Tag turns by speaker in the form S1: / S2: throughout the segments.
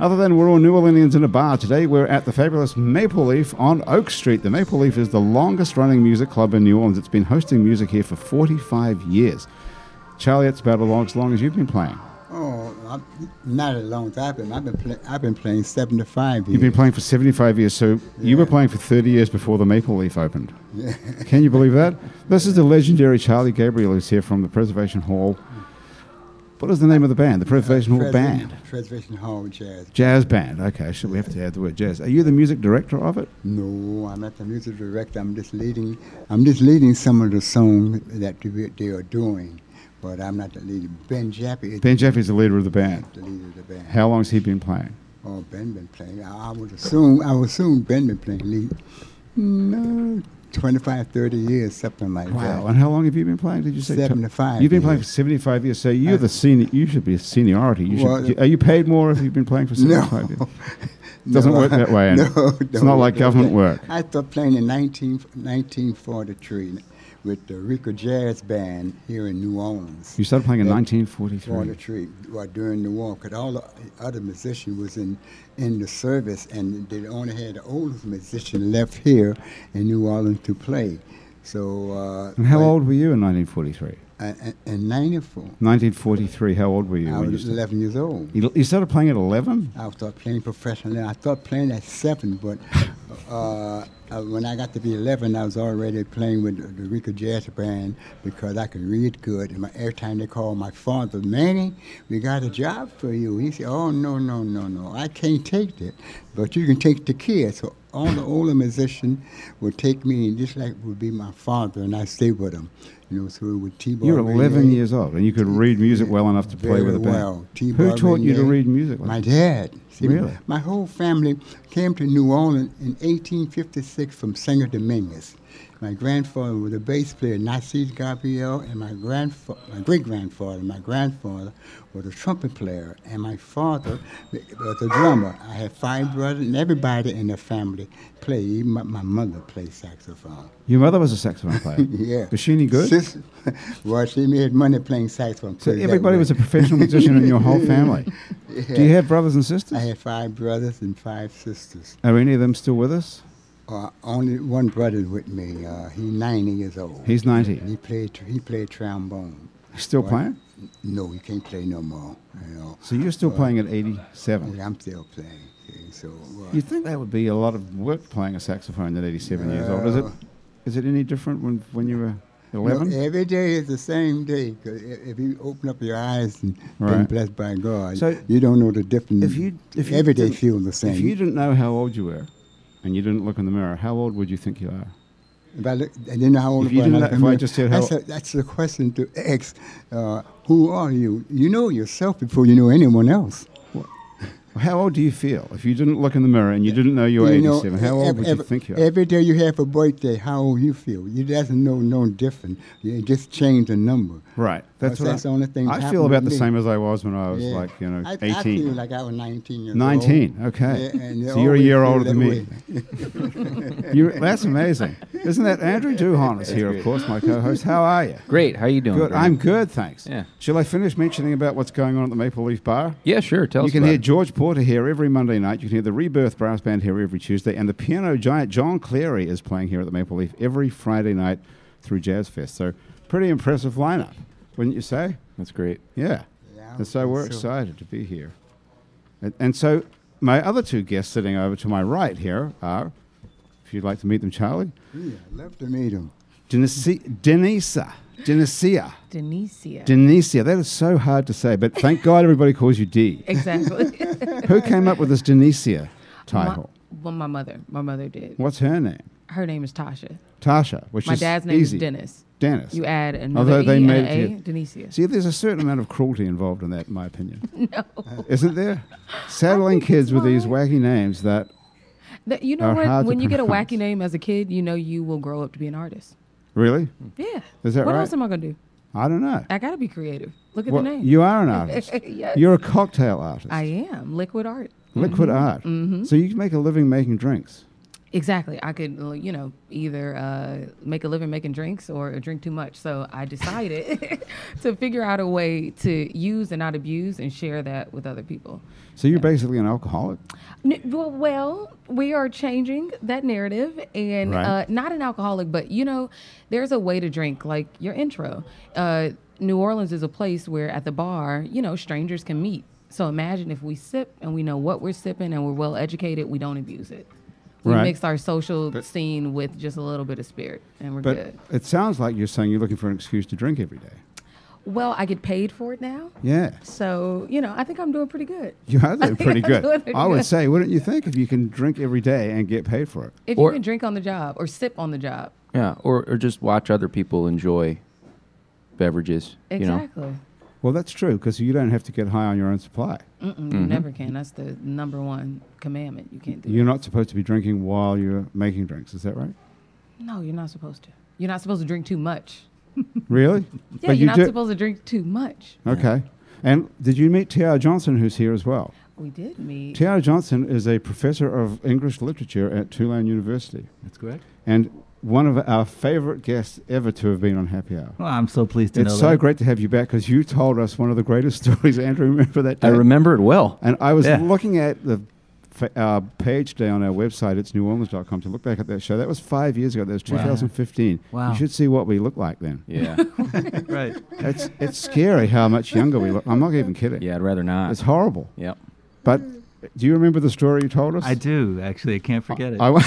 S1: Other than we're all New Orleanians in a bar, today we're at the fabulous Maple Leaf on Oak Street. The Maple Leaf is the longest running music club in New Orleans. It's been hosting music here for 45 years. Charlie, it's about as long as you've been playing.
S2: Oh, I'm not a long time. I've been, I've been, play, I've been playing 75 years.
S1: You've been playing for 75 years, so you were playing for 30 years before the Maple Leaf opened. Can you believe that? This is the legendary Charlie Gabriel who's here from the Preservation Hall. What is the name of the band? The Preservation Hall
S2: Preservation-
S1: Band.
S2: Preservation Hall Jazz.
S1: Jazz band. Okay, should we have to add the word jazz? Are you the music director of it?
S2: No, I'm not the music director. I'm just leading. I'm just leading some of the songs that they they are doing, but I'm not the leader. Ben Jappy is
S1: Ben Jeffy's the leader of the band.
S2: the leader of the band.
S1: How long's he been playing?
S2: Oh, Ben been playing. I, I would assume. I would assume Ben been playing lead. No, 25, 30 years, something like that.
S1: Wow. And how long have you been playing? Did you say
S2: 75
S1: You've been playing for
S2: years. Uh,
S1: seventy-five years. So you're the senior. You should be a seniority. You should,
S2: Well-
S1: are you paid more if you've been playing for seventy-five years?
S2: No.
S1: Doesn't
S2: No,
S1: work that way, Ann.
S2: No,
S1: It's
S2: no,
S1: not like
S2: it
S1: government work.
S2: doesn't. I started playing in 19, 1943 with the Rico Jazz Band here in New Orleans.
S1: You started playing in
S2: Yeah.
S1: nineteen forty-three.
S2: 43 well, during the war, because all the other musicians was in, in the service, and they only had the oldest musician left here in New Orleans to play. So, uh,
S1: And how
S2: but-
S1: old were you in nineteen forty-three?
S2: I- I- In '94,
S1: Nineteen forty-three. How old were you?
S2: I
S1: when you
S2: was
S1: started?
S2: 11 years old.
S1: You- you started playing at eleven.
S2: I started playing professionally. I started playing at seven, but uh, uh, when I got to be 11, I was already playing with the Rico Jazz Band because I could read good. And my, every time they called my father, Manny, we got a job for you. He said, Oh, no, no, no, no. I can't take that, but you can take the kids. So all the older musicians would take me, and just like would be my father, and I stay with him. You know, so with T-Ball.
S1: You were eleven
S2: Renee,
S1: years old, and you could read music well enough to play
S2: very
S1: with a band.
S2: well. T-Bar
S1: Who taught you to
S2: Renee,
S1: read music? like
S2: My
S1: that?
S2: dad. See,
S1: Really?
S2: My whole family came to New Orleans in 1856 from Senor Dominguez. My grandfather was a bass player, Narcisse Gabriel, and my grandfa- my great grandfather, my grandfather was a trumpet player, and my father was a drummer. I had five brothers, and everybody in the family played. Even my, my mother played saxophone.
S1: Your mother was a saxophone player.
S2: Yeah.
S1: Was she any good?
S2: Sis- well, she made money playing saxophone.
S1: So
S2: put it that
S1: everybody
S2: way.
S1: was a professional musician in your whole family. Do you
S2: Yeah.
S1: have brothers and sisters?
S2: I had five brothers and five sisters.
S1: Are any of them still with us?
S2: Uh, only one brother with me. Uh, he's 90 years old.
S1: He's 90.
S2: he played he played trombone.
S1: Still
S2: Well,
S1: playing?
S2: No, he can't play no more. You know,
S1: So you're still playing at 87.
S2: I'm still playing. see, So uh,
S1: You'd think that would be a lot of work playing a saxophone at 87 years old. Is it,
S2: Well.
S1: is it any different when, when you were
S2: no,
S1: 11?
S2: every day is the same day. 'cause i- if you open up your eyes and been
S1: Right.
S2: blessed by God,
S1: So
S2: you don't know the difference.
S1: if you- if you
S2: every day
S1: didn't-
S2: feels Mm-hmm. the
S1: If you
S2: same.
S1: didn't know how old you were and you didn't look in the mirror, how old would you think you are?
S2: If I, look, I didn't know how old
S1: If you
S2: I
S1: didn't
S2: was.
S1: know- if I just said how-
S2: that's, a, that's the question to ask. Uh, who are you? You know yourself before you know anyone else.
S1: How old do you feel if you didn't look in the mirror and you didn't know you were
S2: You know,
S1: 87? How old
S2: ev-
S1: would you
S2: ev-
S1: think you are?
S2: Every day you have a birthday, how old you feel. You doesn't know no different. You just change the number.
S1: Right. That's,
S2: That's-
S1: what I-
S2: that's the only thing that
S1: I feel
S2: happened
S1: about
S2: with
S1: the
S2: me.
S1: same as I was when I was
S2: Yeah.
S1: like, you know,
S2: I,
S1: 18.
S2: I feel like I was 19 years
S1: 19,
S2: old.
S1: okay.
S2: Yeah, and you
S1: So you're a year
S2: always
S1: older
S2: feel
S1: than
S2: that
S1: me. You, that's amazing. Isn't that Andrew Duhon is here, of course, my co-host. How are you?
S3: Great. How you doing?
S1: Good.
S3: Grant?
S1: I'm good, thanks.
S3: Yeah.
S1: Shall I finish mentioning about what's going on at the Maple Leaf Bar?
S3: Yeah, sure. Tell
S1: You
S3: us.
S1: can
S3: about
S1: hear
S3: it.
S1: George Porter here every Monday night. You can hear the Rebirth Brass Band here every Tuesday, and the piano giant John Clary is playing here at the Maple Leaf every Friday night through Jazz Fest. So, pretty impressive lineup, wouldn't you say?
S3: That's great.
S1: Yeah.
S2: Yeah,
S1: and so we're
S2: so-
S1: excited to be here. And, and so my other two guests sitting over to my right here are, if you'd like to meet them, Charlie,
S2: way. Yeah, love to meet him.
S1: Denise, Denisa. Denisia.
S4: Denicia.
S1: Denisia. That is so hard to say, but thank God everybody calls you D.
S4: exactly.
S1: Who came up with this Denisia title?
S4: My, well, my mother. My mother did.
S1: What's her name?
S4: Her name is Tasha.
S1: Tasha, which
S4: My
S1: is
S4: dad's name
S1: easy.
S4: is Dennis.
S1: Dennis.
S4: You add another
S1: Although
S4: E
S1: they
S4: and
S1: made
S4: a
S1: it-
S4: A, Denicia.
S1: See, there's a certain amount of cruelty involved in that, in my opinion. no. Isn't there? Saddling kids with these wacky names that
S4: That- you know
S1: Are hard
S4: what?
S1: to
S4: When you get a
S1: pronounce.
S4: wacky name as a kid, you know you will grow up to be an artist.
S1: Really?
S4: Yeah.
S1: Is that
S4: what
S1: right?
S4: else am I gonna do?
S1: I don't know.
S4: I gotta be creative. Look at
S1: Well,
S4: the name.
S1: you are an artist.
S4: Yes.
S1: You're a cocktail artist.
S4: I am Mm-hmm. liquid art.
S1: Liquid art. So you can make a living making drinks.
S4: Exactly. I could, l- you know, either uh, make a living making drinks or drink too much. So I decided to figure out a way to use and not abuse and share that with other people.
S1: So you're basically an alcoholic.
S4: N- Well, well, we are changing that narrative, and
S1: Right.
S4: uh, not an alcoholic, but you know, there's a way to drink, like your intro. Uh, New Orleans is a place where at the bar, you know, strangers can meet. So imagine if we sip and we know what we're sipping and we're well educated, we don't abuse it. We
S1: Right.
S4: mix our social scene with just a little bit of spirit, and we're
S1: But
S4: good.
S1: it sounds like you're saying you're looking for an excuse to drink every day.
S4: Well, I get paid for it now,
S1: Yeah.
S4: so you know, I think I'm doing pretty good.
S1: You are doing pretty
S4: I'm
S1: good.
S4: doing pretty
S1: I would
S4: good.
S1: say, wouldn't you think, if you can drink every day and get paid for it?
S4: If
S3: Or-
S4: you can drink on the job or sip on the job,
S3: Yeah, or, or just watch other people enjoy beverages. You know,
S4: exactly.
S1: Well, that's true because you don't have to get high on your own supply.
S4: Mm-mm, You never can. That's the number one commandment. You can't do
S1: You're not supposed to be drinking while you're making drinks. Is that right?
S4: it. No, you're not supposed to. You're not supposed to drink too much.
S1: Really?
S4: Yeah, you're not supposed to drink too much.
S1: Okay. And did you meet Tiara Johnson, who's here as well?
S4: We did meet.
S1: Tiara Johnson is a professor of English literature at Tulane University
S5: That's correct.
S1: and one of our favorite guests ever to have been on Happy Hour.
S5: Well, I'm so pleased to know
S1: It's so
S5: that.
S1: great to have you back because you told us one of the greatest stories. Andrew, remember that day?
S3: I remember it well.
S1: And I was
S5: Yeah.
S1: looking at the fa- uh, page today on our website, it's neworleans.com, to look back at that show. That was five years ago. That was 2015.
S5: Wow.
S1: You should see what we look like then.
S3: Yeah,
S5: right.
S1: It's, it's scary how much younger we look. I'm not even kidding.
S3: yeah, I'd rather not.
S1: It's horrible.
S3: Yep.
S1: But do you remember the story you told us?
S5: I do actually. I can't forget it.
S1: I, won't,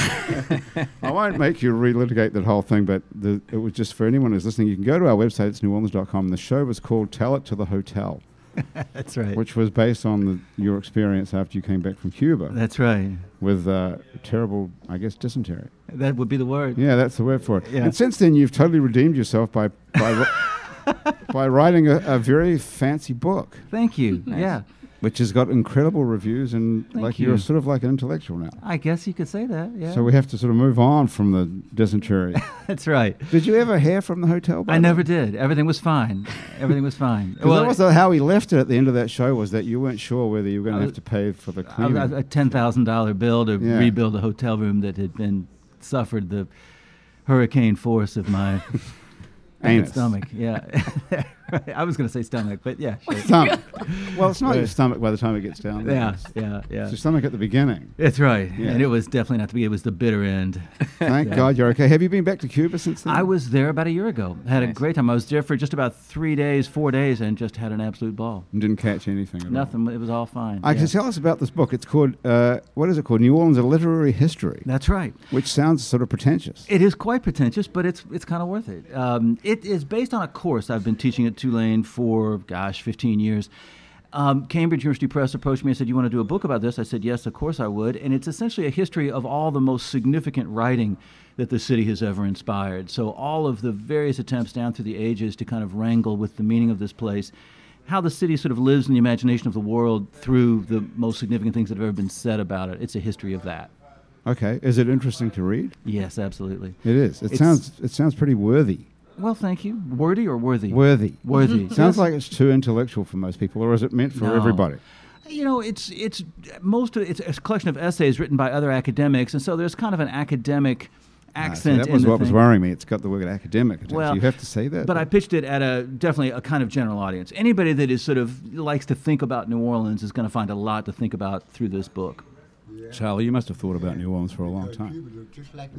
S1: I won't make you relitigate that whole thing, but the, it was just for anyone who's listening. You can go to our website, it's neworleans.com. The show was called Tell It to the Hotel,
S5: That's right.
S1: which was based on the, your experience after you came back from Cuba
S5: That's right.
S1: with uh, terrible, I guess, dysentery.
S5: That would be the word.
S1: Yeah, that's the word for it.
S5: Yeah.
S1: And since then, you've totally redeemed yourself by by, ri- by writing a, a very fancy book,
S5: Thank you. Yeah.
S1: which has got incredible reviews, and
S5: Thank
S1: like
S5: you.
S1: are sort of like an intellectual now.
S5: I guess you could say that. Yeah.
S1: So we have to sort of move on from the dysentery.
S5: That's right.
S1: did you ever hear from the hotel? by
S5: I
S1: the
S5: never
S1: way?
S5: did. Everything was fine. Everything was fine.
S1: 'Cause that was the- how he left it at the end of that show was that you weren't sure whether you were going to
S5: I
S1: have to pay for the
S5: a,
S1: cleaning.
S5: a ten thousand dollar bill to
S1: Yeah.
S5: rebuild a hotel room that had been suffered the hurricane force of my
S1: Anus.
S5: stomach. Yeah. Right. I was going to say stomach, but yeah. Sure.
S1: Stomach. well, it's not your stomach by the time it gets down. there.
S5: Yeah. Yeah. Yeah.
S1: It's your stomach at the beginning.
S5: That's right.
S1: Yeah.
S5: And it was definitely not to be. It was the bitter end.
S1: Thank God you're okay. Have you been back to Cuba since then?
S5: I was there about a year ago. Had a
S3: Nice.
S5: great time. I was there for just about three days, four days, and just had an absolute ball.
S1: And didn't catch anything. At all.
S5: Nothing. It was all fine.
S1: I
S5: Yeah.
S1: can tell us about this book. It's called uh, what is it called? New Orleans: A Literary History,
S5: That's right.
S1: which sounds sort of pretentious.
S5: It is quite pretentious, but it's it's kind of worth it. Um, it is based on a course I've been teaching at Tulane for gosh, 15 years. Um, Cambridge University Press approached me and said, "You want to do a book about this?" I said, "Yes, of course I would." And it's essentially a history of all the most significant writing that the city has ever inspired. So all of the various attempts down through the ages to kind of wrangle with the meaning of this place how the city sort of lives in the imagination of the world through the most significant things that have ever been said about it. It's a history of that.
S1: Okay, is it interesting to read?
S5: Yes, absolutely.
S1: It is. It
S5: It's-
S1: sounds it sounds pretty worthy.
S5: Well, thank you. Wordy or worthy?
S1: Worthy.
S5: Mm-hmm. Worthy.
S1: sounds like it's too intellectual for most people, or is it meant for
S5: No.
S1: everybody?
S5: You know, it's it's most of it's a collection of essays written by other academics, and so there's kind of an academic
S1: Ah, see,
S5: accent.
S1: that was
S5: in the
S1: what was
S5: thing.
S1: worrying me. It's got the word academic. attached.
S5: Well,
S1: you have to say that.
S5: But I pitched it at a definitely a kind of general audience. Anybody that is sort of likes to think about New Orleans is going to find a lot to think about through this book.
S1: Charlie, you must have thought about New Orleans for a long
S2: Because
S1: time.
S2: Cuba looked just like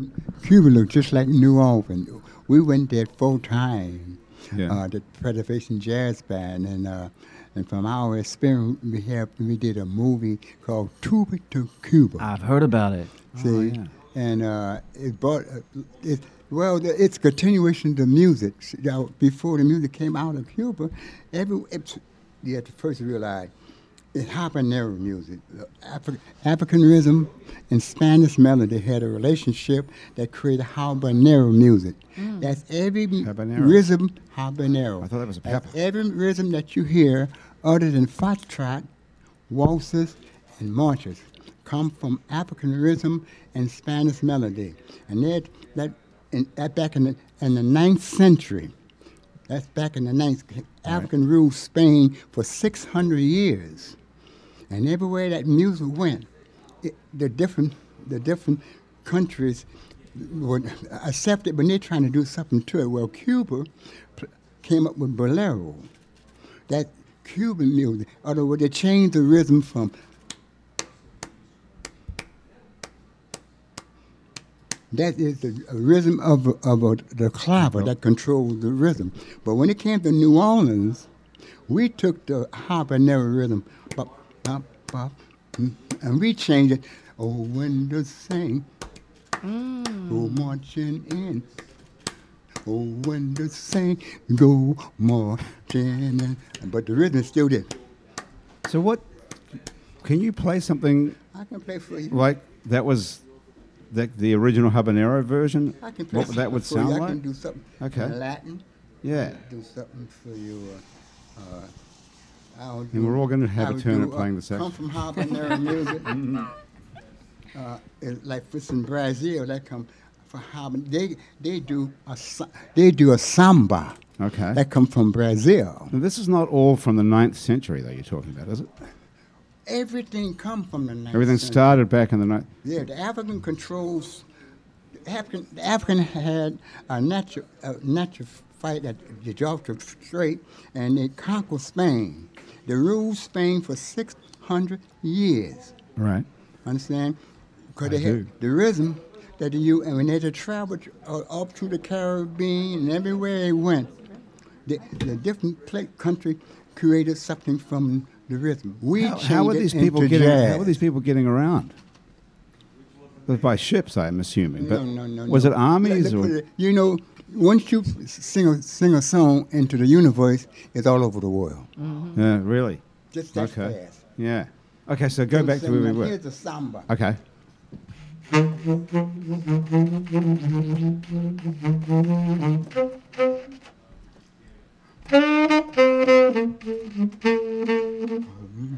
S2: Cuba looked just like New Orleans. We went there full time.
S1: Yeah.
S2: Uh, the Preservation Jazz Band and uh, and from our experience, we have we did a movie called Tuba to Cuba.
S5: I've heard about it.
S2: see,
S1: Oh, yeah.
S2: and uh, it brought uh, it. Well, the, it's continuation of the music. See, now, Before the music came out of Cuba, every it's, you had to first realize it habanero music, uh, Afri- African rhythm, and Spanish melody had a relationship that created habanero music. That's every m-
S1: Mm. Habanero.
S2: rhythm habanero.
S1: I thought that was a
S2: That's
S1: pepper.
S2: Every rhythm that you hear, other than foxtrot, waltzes, and marches, come from African rhythm and Spanish melody. And that, that, in, that back in the, in the ninth century, that's back in the ninth, African ruled Spain for 600 years. And everywhere that music went, it, the different the different countries would accept it, but they're trying to do something to it. Well, Cuba pl- came up with bolero, that Cuban music. Other words, they changed the rhythm from That is the rhythm of, of uh, the clapper that controls the rhythm. But when it came to New Orleans, we took the habanero rhythm, bop, bop, bop, mm, and we changed it. Oh, when the saint go marching in, oh, when the saint go marching in. But the rhythm is still there.
S1: So what? Can you play something
S2: I can play for you.
S1: like that was the, the original habanero version?
S2: I can play
S1: What that would
S2: something for you.
S1: sound
S2: I can
S1: like?
S2: do
S1: Okay.
S2: something in Latin.
S1: Yeah.
S2: do something for you. Uh, uh, I'll do,
S1: And we're all going to have
S2: I'll
S1: a turn
S2: do,
S1: at playing the
S2: Come
S1: sax.
S2: from habanero music. uh, it, like for in Brazil, that come from habanero. They they do a sa- they do a samba.
S1: Okay.
S2: That come from Brazil.
S1: Now, this is not all from the ninth century that you're talking about, is it?
S2: Everything come from the. ninth
S1: Everything
S2: century.
S1: started back in the ninth.
S2: Yeah, the African controls. The African, the African had a natural, a natural fight at the Gibraltar Strait, and they conquered Spain. They ruled Spain for 600 years.
S1: Right.
S2: Understand? Because
S1: I
S2: they
S1: do.
S2: had the rhythm that they used, and when they traveled uh, up to the Caribbean and everywhere they went, the, the different pla- country created something from the rhythm. We
S1: How,
S2: changed
S1: how are
S2: it
S1: these people
S2: into
S1: getting?
S2: jazz.
S1: How are these people getting around? They're By ships, I'm assuming. But
S2: no, no, no.
S1: was
S2: no.
S1: it armies
S2: Let me put
S1: or?
S2: it- you know, once you sing a, sing a song into the universe, it's all over the world.
S1: Yeah, really.
S2: Just that
S1: okay.
S2: fast.
S1: Yeah. Okay, so go
S2: I'm
S1: back to
S2: saying
S1: where we
S2: now,
S1: were.
S2: Here's the samba.
S1: Okay.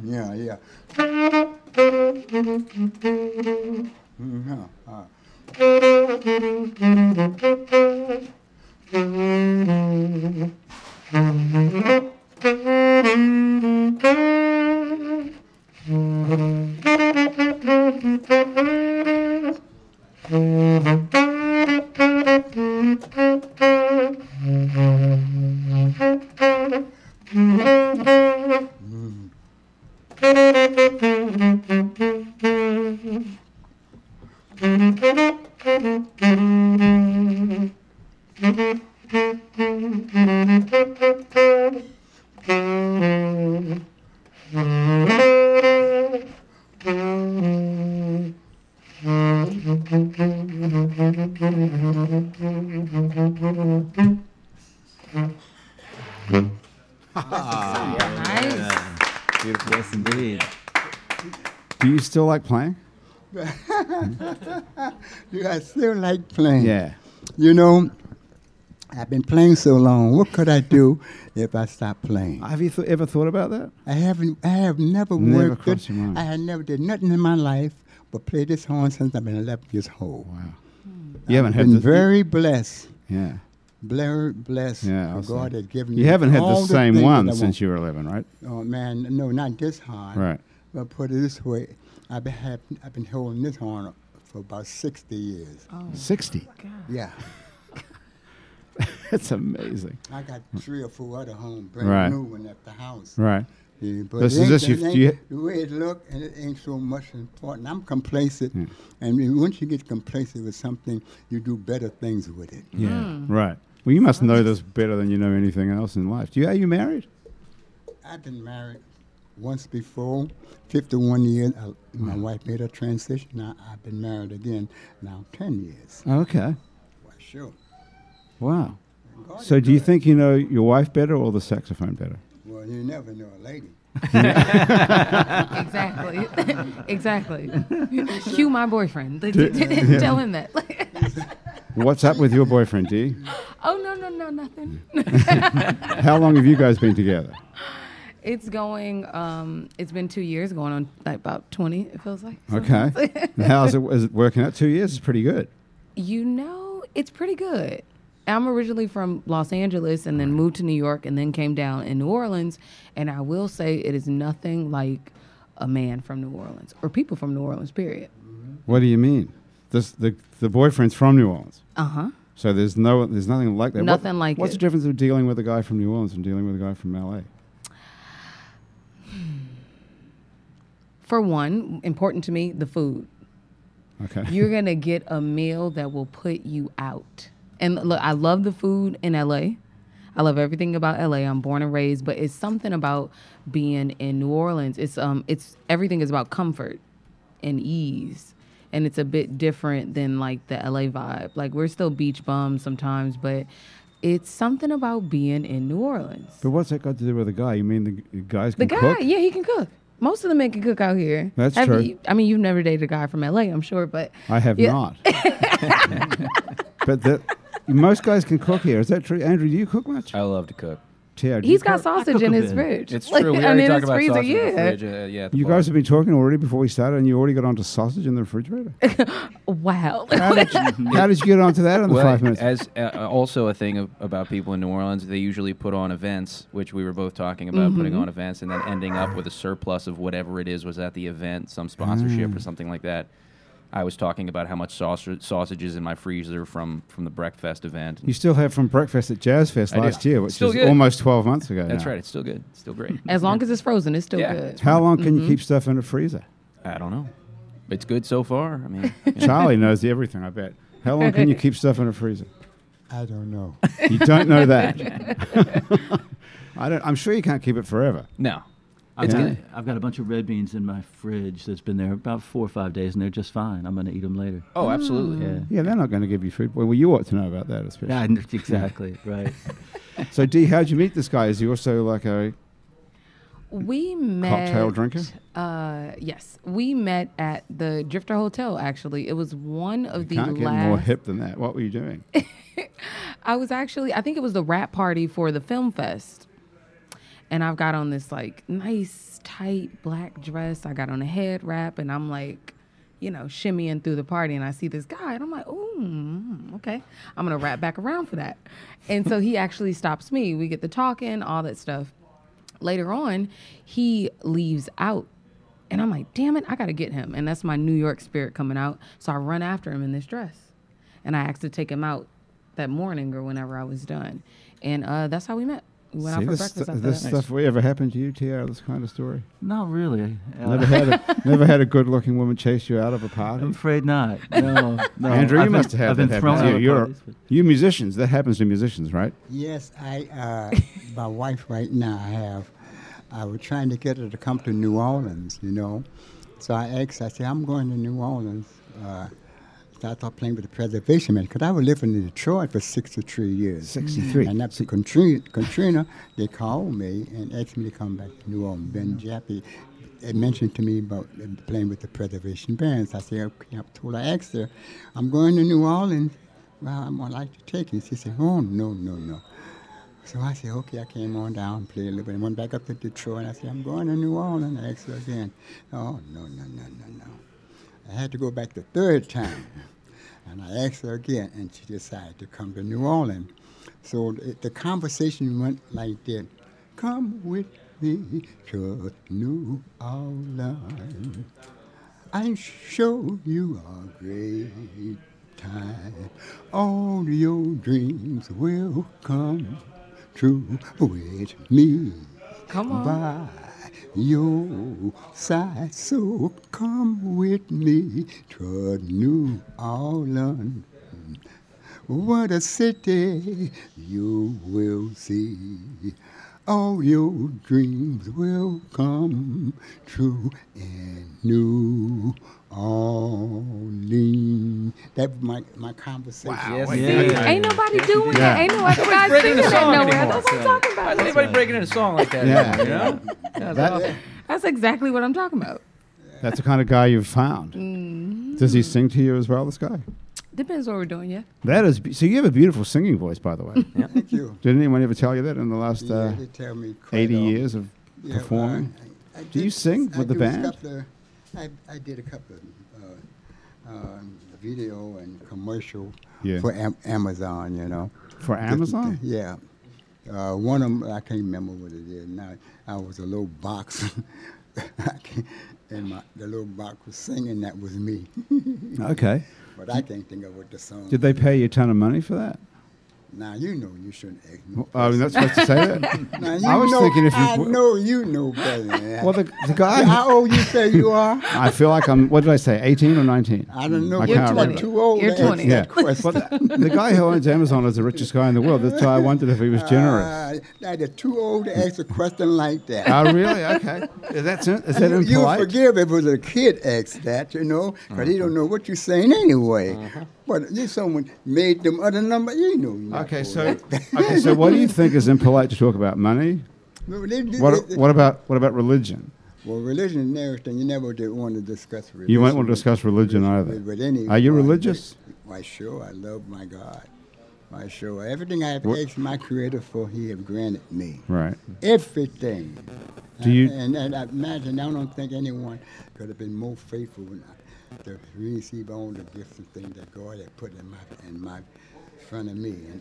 S2: Yeah, yeah. Mhm, uh,
S4: Nice.
S5: Beautiful. Yes, indeed.
S1: Do you still like playing?
S2: You I still like playing.
S1: Yeah.
S2: You know, I've been playing so long. What could I do if I stopped playing?
S1: Have you th- ever thought about that?
S2: I haven't. I have never,
S1: Never
S2: worked.
S1: crossed
S2: it.
S1: your mind.
S2: I had never did nothing in my life but play this horn since I've been 11 years old.
S1: Wow. You haven't had
S2: been
S1: this.
S2: very blessed.
S1: yeah.
S2: Blair bless
S1: Yeah, I'll
S2: for God
S1: say.
S2: has given
S1: You
S2: me
S1: haven't had
S2: all
S1: the same
S2: things
S1: one
S2: that I
S1: since you were 11, right?
S2: want. Oh man, no, not this horn.
S1: Right.
S2: But put it this way, I've been have, I've been holding this horn for about sixty years.
S1: 60.
S2: Yeah,
S1: That's amazing.
S2: I got three or four other horns, brand
S1: Right.
S2: new one at the house.
S1: Right.
S2: Yeah, but
S1: This is
S2: it ain't-
S1: this,
S2: it
S1: you-
S2: ain't-
S1: you-
S2: the way it look and it ain't so much important. I'm complacent, and then once you get complacent with something, you do better things with it.
S1: Yeah.
S4: Hmm.
S1: Right. Well, you must know this better than you know anything else in life. Do you, are you married?
S2: I've been married once before, 51 years. I, my wife made a transition. Now I've been married again, now 10 years.
S1: Okay.
S2: Why, sure.
S1: Wow.
S2: God
S1: So
S2: is
S1: do you
S2: good.
S1: think you know your wife better or the saxophone better?
S2: Well, you never know a lady.
S4: Exactly. exactly. Cue my boyfriend. Tell him that.
S1: What's up with your boyfriend, D?
S4: oh no no no nothing.
S1: How long have you guys been together?
S4: It's going. Um, it's been two years, going on like about twenty. It feels like.
S1: Okay. How's it, is it working out? Two years is pretty good.
S4: You know, it's pretty good. I'm originally from Los Angeles and then moved to New York and then came down in New Orleans. And I will say it is nothing like a man from New Orleans or people from New Orleans, period.
S1: What do you mean? This the the boyfriend's from New Orleans,
S4: Uh huh.
S1: so there's no there's nothing like that.
S4: Nothing like
S1: What's
S4: it.
S1: the difference of dealing with a guy from New Orleans and dealing with a guy from LA?
S4: For one, important to me, the food.
S1: Okay.
S4: You're going to get a meal that will put you out. And look, I love the food in LA. I love everything about LA. I'm born and raised, but it's something about being in New Orleans. It's um it's everything is about comfort and ease. And it's a bit different than like the LA vibe. Like we're still beach bums sometimes, but it's something about being in New Orleans.
S1: but what's that got to do with a guy? You mean the g- guys
S4: The
S1: can
S4: guy,
S1: cook?
S4: yeah, he can cook. Most of the men can cook out here.
S1: That's
S4: Have
S1: true.
S4: you- I mean, you've never dated a guy from LA, I'm sure, but
S1: I have
S4: Yeah.
S1: not. but that most guys can cook here. Is that true? Andrew, do you cook much?
S3: I love to cook.
S1: Teo, do you
S4: he's got
S1: cook?
S4: sausage
S5: cook
S4: in
S5: a
S4: his
S5: bit.
S4: fridge.
S3: It's
S4: Like,
S3: true. We
S4: I mean,
S3: already
S4: his
S3: talked about
S4: freezer,
S3: sausage
S4: yeah.
S3: in the fridge. Uh, yeah, at the
S1: You
S3: bar.
S1: guys have been talking already before we started, and you already got onto sausage in the refrigerator.
S4: Wow.
S1: How did you, how did you get onto that in the
S3: Well,
S1: five minutes?
S3: as uh, also a thing of, about people in New Orleans, they usually put on events, which we were both talking about putting
S1: Mm-hmm.
S3: on events, and then ending up with a surplus of whatever it is was at the event, some sponsorship
S1: Mm.
S3: or something like that. I was talking about how much sausage sausages in my freezer from from the breakfast event.
S1: You still have from breakfast at Jazz Fest
S3: I do.
S1: last year, which
S3: Still
S1: is
S3: good.
S1: almost 12 months ago.
S3: That's
S1: now.
S3: right. It's still good. It's still great.
S4: as long as it's frozen, it's still
S3: Yeah.
S4: good.
S1: How long
S4: Mm-hmm.
S1: can you keep stuff in a freezer?
S3: I don't know. It's good so far. I mean, yeah.
S1: Charlie knows everything, I bet. How long can you keep stuff in a freezer?
S2: I don't know.
S1: You don't know that. I don't, I'm sure you can't keep it forever.
S3: no.
S5: I've
S3: It's
S5: got,
S3: good.
S5: I've got a bunch of red beans in my fridge that's been there about four or five days, and they're just fine. I'm going to eat them later.
S3: Oh, absolutely.
S5: Yeah.
S1: Yeah, they're not going to give you food. Well, you ought to know about that, especially.
S5: Yeah, I kn- exactly. Right.
S1: So, Dee, how'd you meet this guy? Is he also like a
S4: We met.
S1: cocktail drinker?
S4: Uh, yes. We met at the Drifter Hotel, actually. It was one of the
S1: Can't get
S4: last.
S1: more hip than that. What were you doing?
S4: I was actually, I think it was the rap party for the film fest. And I've got on this like nice, tight black dress. I got on a head wrap and I'm like, you know, shimmying through the party. And I see this guy and I'm like, ooh, mm, okay. I'm going to wrap back around for that. And so he actually stops me. We get the talking, all that stuff. Later on, he leaves out. And I'm like, damn it, I got to get him. And that's my New York spirit coming out. So I run after him in this dress and I asked to take him out that morning or whenever I was done, and uh, that's how we met. We went
S1: See,
S4: out for
S1: this
S4: breakfast
S1: stu-
S4: after
S1: this
S4: that.
S1: stuff ever happened to you, T.R., this kind of story?
S5: Not really. Uh,
S1: Never had a, never had a good looking woman chase you out of a party?
S5: I'm afraid not. No, no.
S1: Andrew, you
S5: I've been-
S1: must have
S5: I've
S1: had
S5: been
S1: that
S5: thrown
S1: happen to
S5: out of
S1: you. You're-
S5: parties, but-
S1: you musicians, that happens to musicians, right?
S2: Yes, I, uh, my wife right now, I have, I was trying to get her to come to New Orleans, you know. So I asked, I said, I'm going to New Orleans. Uh, so I started playing with the preservation man because I was living in Detroit for 63 years.
S1: 63.
S2: And after Katrina, Katrina, they called me and asked me to come back to New Orleans. Ben Jaffe had mentioned to me about uh, playing with the preservation bands. I said, okay, I told her, I asked her, I'm going to New Orleans. Well, I'm going to like to take you. She said, oh, no, no, no. So I said, okay, I came on down, played a little bit, and went back up to Detroit. I said, I'm going to New Orleans. I asked her again. Oh, no, no, no, no, no. I had to go back the third time. And I asked her again, and she decided to come to New Orleans. So it, the conversation went like this Come with me to New Orleans. I'll show you a great time. All your dreams will come true with me
S4: Come on,
S2: by your side. So come with me to New Orleans. What a city you will see. All your dreams will come true in New Orleans. That was my, my conversation.
S3: Yes,
S5: yeah.
S3: it is.
S5: Yeah.
S4: ain't nobody doing
S1: Yeah.
S4: that. Ain't no other guys
S3: breaking the
S4: singing that
S3: song
S4: nowhere.
S3: anymore.
S4: That's what I'm talking
S3: Why
S4: about.
S3: is anybody breaking in a song like that?
S1: Yeah.
S3: You know? That's
S1: That-
S3: awesome.
S4: That's exactly what I'm talking about.
S1: That's the kind of guy you've found.
S4: Mm-hmm.
S1: Does he sing to you as well, this guy?
S4: Depends what we're doing, yeah.
S1: That is be- so. You have a beautiful singing voice, by the way.
S2: Thank you.
S1: Did anyone ever tell you that in the last
S2: Yeah,
S1: uh,
S2: they tell me quite
S1: eighty
S2: often.
S1: years of
S2: Yeah, well,
S1: performing?
S2: I- I
S1: Do you
S2: did-
S1: sing
S2: I
S1: with the
S2: do a
S1: band?
S2: couple of- I, I did a couple of uh, um, video and commercial
S1: Yeah.
S2: for Am- Amazon, you know.
S1: For
S2: Different
S1: Amazon?
S2: thi- yeah. Uh, one of them, I can't remember what it is now. I was a little box. I can't- and my, the little box was singing, that was me.
S1: Okay.
S2: but I can't think of what the song
S1: Did they pay you a ton of money for that?
S2: Now, you know you shouldn't ask me.
S1: Well, Oh, I'm not supposed to say that.
S2: Now, you
S1: I was
S2: know,
S1: thinking if you-
S2: I know you know better than that.
S1: Well, the, the guy.
S2: How old you say you are?
S1: I feel like I'm. What did I say? 18 or 19?
S2: I don't know.
S1: Mm, I
S2: but
S1: can't
S2: you
S1: remember.
S2: are too old.
S4: You're
S2: to answer
S4: 20.
S1: Yeah.
S2: That question.
S1: But the, the guy who owns Amazon is the richest guy in the world. That's why I wondered if he was generous.
S2: Uh, now they're too old to ask a question like that.
S1: Oh, really? Okay. Is that, is that
S2: you, you
S1: impolite? Uh-huh.
S2: forgive if it was a kid asked that, you know, 'cause he don't know what you're saying anyway. But if someone made them other number, you know. you're not
S1: Okay,
S2: old.
S1: so okay, so what do you think is impolite to talk about money?
S2: No, they- they-
S1: What
S2: they-
S1: what about what about religion?
S2: Well, religion and everything. You never did want to discuss religion.
S1: You won't want to discuss religion
S2: with,
S1: either.
S2: with any.
S1: Are you religious?
S2: Why, sure. I love my God. Why, sure. Everything I have
S1: What- Hmm.
S2: asked my Creator for, He have granted me.
S1: Right.
S2: everything.
S1: Do you-
S2: And, and I imagine I don't think anyone could have been more faithful when I, to receive all the gifts and things that God had put in my in my front of me. And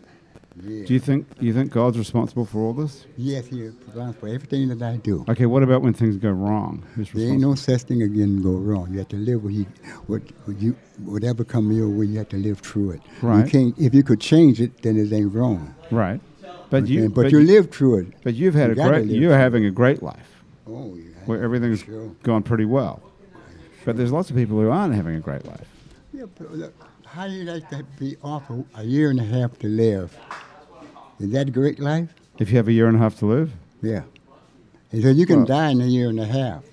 S2: yeah.
S1: Do you think you think God's responsible for all this?
S2: yes, He is responsible for everything that I do.
S1: Okay, what about when things go wrong? Who's
S2: There ain't
S1: responsible?
S2: no such thing again go wrong. You have to live what you, what what you, whatever come your way. You have to live through it.
S1: Right.
S2: You can't. If you could change it, then it ain't wrong.
S1: Right. But you
S2: but, you live through it.
S1: but you've had
S2: you
S1: a
S2: gotta
S1: great
S2: live
S1: you're
S2: through
S1: having a great life
S2: Oh, yeah.
S1: where everything's
S2: Sure.
S1: gone pretty well. But there's lots of people who aren't having a great life.
S2: Yeah, but look, how do you like to be offered a year and a half to live? Is that great life?
S1: If you have a year and a half to live,
S2: Yeah. And so you can
S1: Well-
S2: die in a year and a half.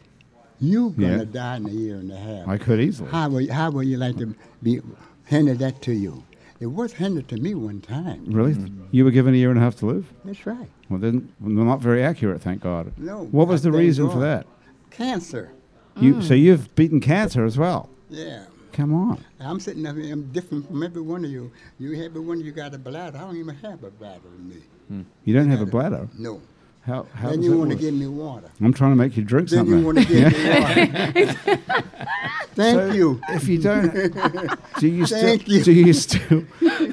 S2: You gonna
S1: Yeah.
S2: die in a year and a half.
S1: I could easily.
S2: How would how would you like to be handed that to you? It was handed to me one time.
S1: Really? You were given a year and a half to live?
S2: That's right.
S1: Well, then well, they're not very accurate, thank God.
S2: No,
S1: What was
S2: I
S1: the
S2: thank
S1: reason for
S2: God.
S1: that?
S2: Cancer.
S1: You so you've beaten cancer as well.
S2: Yeah.
S1: Come on.
S2: I'm sitting up here, I'm different from every one of you. You every one of you got a bladder. I don't even have a bladder in me.
S1: You don't have a bladder.
S2: No.
S1: How Mm. how
S2: Then
S1: does
S2: you
S1: that
S2: want to
S1: work?
S2: give me water.
S1: I'm trying to make you drink
S2: Then
S1: something.
S2: you want to give me water. Thank
S1: So,
S2: you.
S1: If you don't, do you still
S2: Thank you.
S1: do you still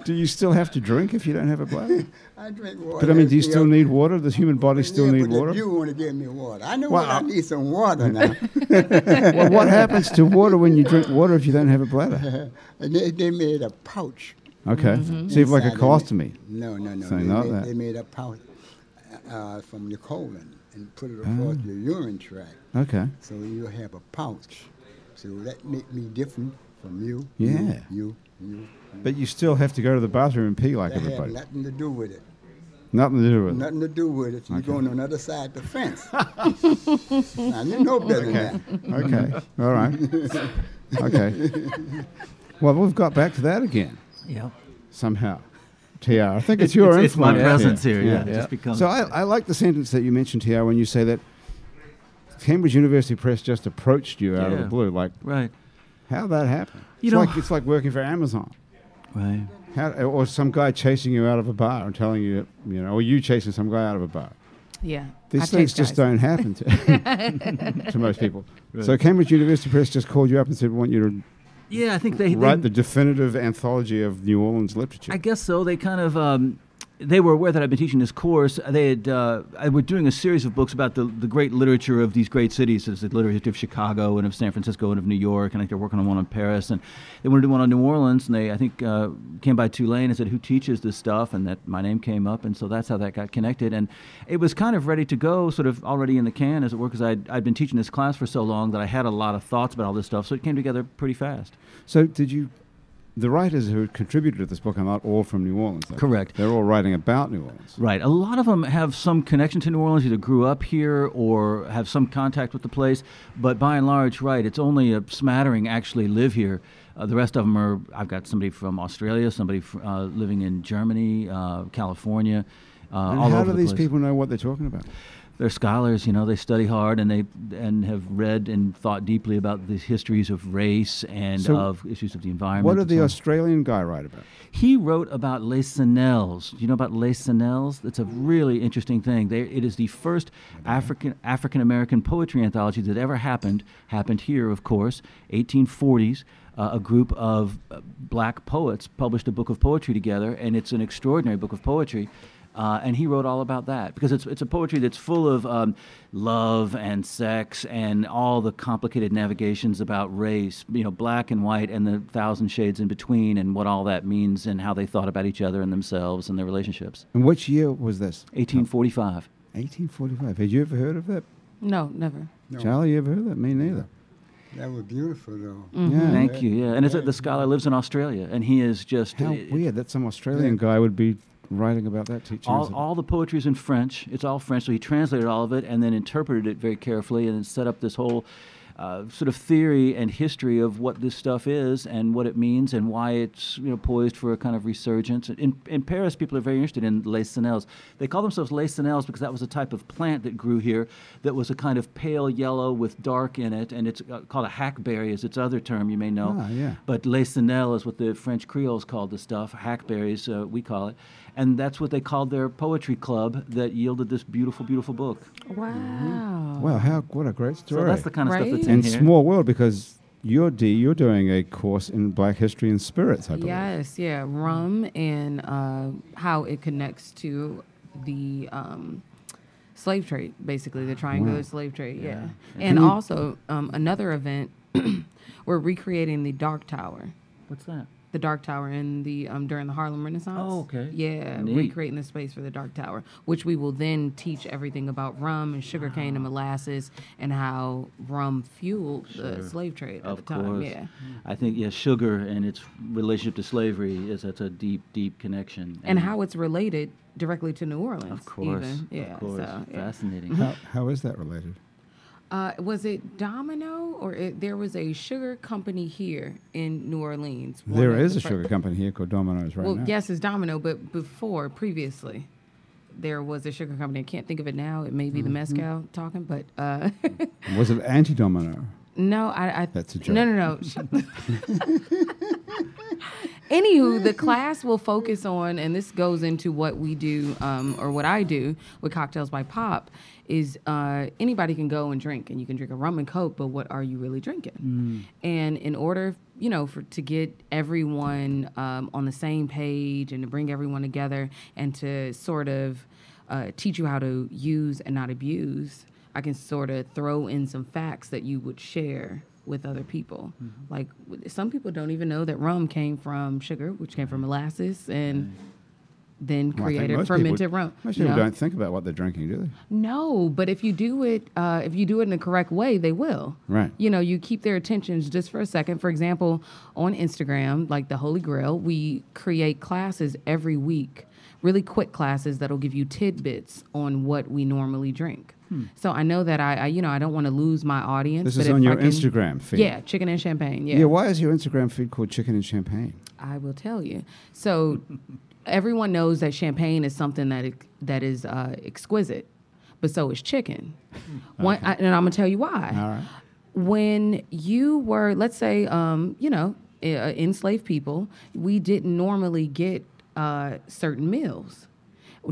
S1: do you still have to drink if you don't have a bladder?
S2: I drink water.
S1: But I mean, do you
S2: everything
S1: still
S2: else.
S1: need water? Does human body still
S2: Yeah,
S1: need
S2: but if
S1: water?
S2: You want to give me water? I know
S1: Well,
S2: what I
S1: I-
S2: need some water now.
S1: Well, what happens to water when you drink water if you don't have a bladder?
S2: and they, they made a pouch.
S1: Okay,
S2: Mm-hmm.
S1: so you've like a
S2: inside of it.
S1: colostomy.
S2: No, no, no.
S1: Something
S2: They,
S1: like
S2: made,
S1: that.
S2: they made a pouch uh, from your colon and
S1: Oh.
S2: put it across your urine tract,
S1: Okay,
S2: so you have a pouch. So that make me different from you.
S1: Yeah.
S2: You. You. you.
S1: but you still have to go to the bathroom and pee like
S2: That had
S1: everybody.
S2: nothing to do with it.
S1: Nothing to do with it.
S2: Nothing to do with it. You're going on the other side of the fence. now you know better than that.
S1: Okay, all right. Okay. Well, we've got back to that again
S5: Yeah.
S1: somehow. TR, I think it's, your
S5: it's, it's my
S1: influence.
S5: presence here. Yeah,
S1: Yeah.
S5: It just becomes.
S1: So I, I like the sentence that you mentioned here when you say that Cambridge University Press just approached you out of the
S5: Yeah.
S1: blue. Like,
S5: right,
S1: how that happened?
S5: You
S1: it's
S5: know-
S1: like it's like working for Amazon.
S5: right.
S1: How, or some guy chasing you out of a bar and telling you, you know, or you chasing some guy out of a bar.
S4: Yeah.
S1: These
S4: I
S1: things
S4: chase
S1: just
S4: guys.
S1: don't happen to, to most people. So Cambridge University Press just called you up and said, "We want you to
S5: Yeah, I think they, they
S1: write the definitive anthology of New Orleans literature."
S5: I guess so. They kind of um, they were aware that I'd been teaching this course. They had uh, I were doing a series of books about the, the great literature of these great cities. There's the literature of Chicago and of San Francisco and of New York, and I think they're working on one on Paris. And they wanted to do one on New Orleans, and they I think uh, came by Tulane and said, "Who teaches this stuff?" And that my name came up, and so that's how that got connected. And it was kind of ready to go, sort of already in the can, as it were, because I'd, I'd been teaching this class for so long that I had a lot of thoughts about all this stuff. So it came together pretty fast.
S1: So did you? The writers who contributed to this book are not all from New Orleans. though.
S5: Correct.
S1: They're all writing about New Orleans.
S5: Right. A lot of them have some connection to New Orleans, either grew up here or have some contact with the place. But by and large, right, it's only a smattering actually live here. Uh, the rest of them are, I've got somebody from Australia, somebody fr- uh, living in Germany, uh, California, uh,
S1: And
S5: all
S1: how do
S5: over the
S1: these
S5: place.
S1: people know what they're talking about?
S5: they're scholars. You know, they study hard and they and have read and thought deeply about the histories of race and
S1: So
S5: of issues of the environment.
S1: What did
S5: and
S1: the
S5: so on.
S1: Australian guy write about?
S5: He wrote about Les Sennels. Do you know about Les Sennels? It's a really interesting thing. They, it is the first African African American poetry anthology that ever happened. Happened here, of course, 1840s. Uh, a group of uh, black poets published a book of poetry together, and it's an extraordinary book of poetry. Uh, and he wrote all about that because it's, it's a poetry that's full of um, love and sex and all the complicated navigations about race, you know, black and white and the thousand shades in between and what all that means and how they thought about each other and themselves and their relationships.
S1: And which year was this?
S5: 1845.
S1: 1845. Had you ever heard of that?
S4: No, never.
S2: No.
S1: Charlie, you ever heard of that? Me neither.
S2: That was beautiful, though.
S1: Yeah.
S5: Thank you. Yeah. And it's, the scholar lives in Australia and he is just. eh,
S1: How
S5: it-
S1: weird that some Australian guy would be writing about that teaching. us
S5: all,
S1: about-
S5: all the poetry is in French. It's all French. So he translated all of it and then interpreted it very carefully and then set up this whole uh, sort of theory and history of what this stuff is and what it means and why it's you know poised for a kind of resurgence. In, in Paris, people are very interested in les senelles. They call themselves les senelles because that was a type of plant that grew here that was a kind of pale yellow with dark in it, and it's uh, called a hackberry is its other term you may know.
S1: Ah, yeah.
S5: Oh, But les senelles is what the French Creoles called the stuff, hackberries, uh, we call it. And that's what they called their poetry club that yielded this beautiful, beautiful book.
S4: Wow.
S1: Wow, how what a great
S5: So
S1: story.
S5: that's the kind of stuff that's
S4: Right?
S5: in
S1: and
S5: here.
S1: small world because you're D, you're doing a course in Black history and spirits, I believe.
S4: Yes, yeah, rum and uh, how it connects to the um, slave trade, basically the triangular slave trade. Yeah, and also um, another event, we're recreating the Dark Tower,
S5: What's that?
S4: the Dark Tower in the um, during the Harlem Renaissance.
S5: Oh, okay.
S4: Yeah,
S5: Neat.
S4: recreating the space for the Dark Tower, which we will then teach everything about rum and sugarcane and molasses and how rum fueled the slave trade at
S5: Of
S4: the time.
S5: course.
S4: Yeah.
S5: I think, yeah, sugar and its relationship to slavery is that's a deep, deep connection.
S4: and how it's related directly to New Orleans.
S5: Mm-hmm. Of course.
S4: even. yeah.
S5: of course.
S4: So, yeah.
S5: Fascinating.
S1: How, how is that related?
S4: Uh, was it Domino or it, there was a sugar company here in New Orleans? one
S1: There
S4: of
S1: is
S4: the
S1: a
S4: fir-
S1: sugar company here called Domino's right
S4: Well,
S1: now.
S4: yes, it's Domino, but before, previously, there was a sugar company. I can't think of it now. It may be the
S5: Mm-hmm.
S4: mezcal talking, but uh,
S1: Was it anti-Domino?
S4: no, I, I.
S1: That's a
S4: No, no, no. Shut- Anywho, the class will focus on, and this goes into what we do, um, or what I do with Cocktails by Pop, is uh, anybody can go and drink, and you can drink a rum and coke, but what are you really
S1: Mm.
S4: drinking? And in order, you know, for to get everyone um, on the same page and to bring everyone together and to sort of uh, teach you how to use and not abuse, I can sort of throw in some facts that you would share with other people.
S1: Mm-hmm.
S4: Like w- some people don't even know that rum came from sugar, which came from molasses, and then
S1: Well, I think
S4: created
S1: most people-
S4: fermented rum.
S1: Most people
S4: no.
S1: don't think about what they're drinking, do they?
S4: No, but if you do it, uh, if you do it in the correct way, they will.
S1: Right.
S4: You know, you keep their attentions just for a second. For example, on Instagram, like the Holy Grail, we create classes every week, really quick classes that'll give you tidbits on what we normally drink. So I know that I, I, you know, I don't want to lose my audience.
S1: Hmm. This
S4: but
S1: is
S4: if
S1: on your
S4: I can-
S1: Instagram feed.
S4: Yeah, chicken and champagne.
S1: Yeah, why is your Instagram feed called Chicken and Champagne?
S4: I will tell you. So everyone knows that champagne is something that it, that is uh, exquisite, but so is chicken. One, I, and I'm gonna tell you why.
S1: Hmm. All right.
S4: When you were, let's say, um, you know, uh, enslaved people, we didn't normally get uh, certain meals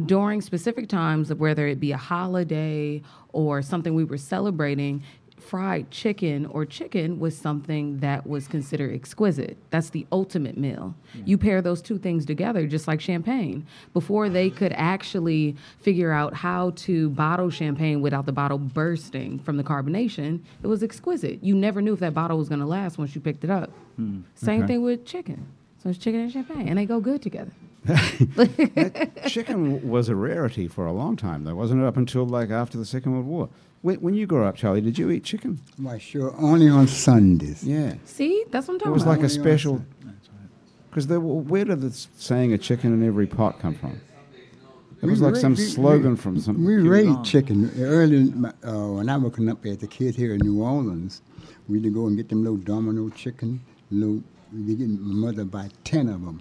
S4: during specific times, of whether it be a holiday or something we were celebrating, fried chicken or chicken was something that was considered exquisite. That's the ultimate meal. You pair those two things together, just like champagne. Before they could actually figure out how to bottle champagne without the bottle bursting from the carbonation, it was exquisite. You never knew if that bottle was going to last once you picked it up. Same
S1: Hmm. Okay.
S4: thing with chicken. So it's chicken and champagne, and they go good together.
S1: Chicken w- was a rarity for a long time, though, wasn't it? Up until like after the Second World War. When, when you grew up, Charlie, did you eat chicken?
S2: Why, sure, only on Sundays.
S1: Yeah.
S4: See, that's what I'm
S1: It
S4: talking
S1: was
S4: about.
S1: like a special. Because where did the s- saying a chicken in every pot come from? It was like
S2: ra-
S1: some
S2: we-
S1: slogan
S2: we-
S1: from some.
S2: We
S1: cute-
S2: raised chicken early in my, uh, when I was growing up as a kid here in New Orleans. We would go and get them little domino chicken. Little, we get my mother buy ten of them.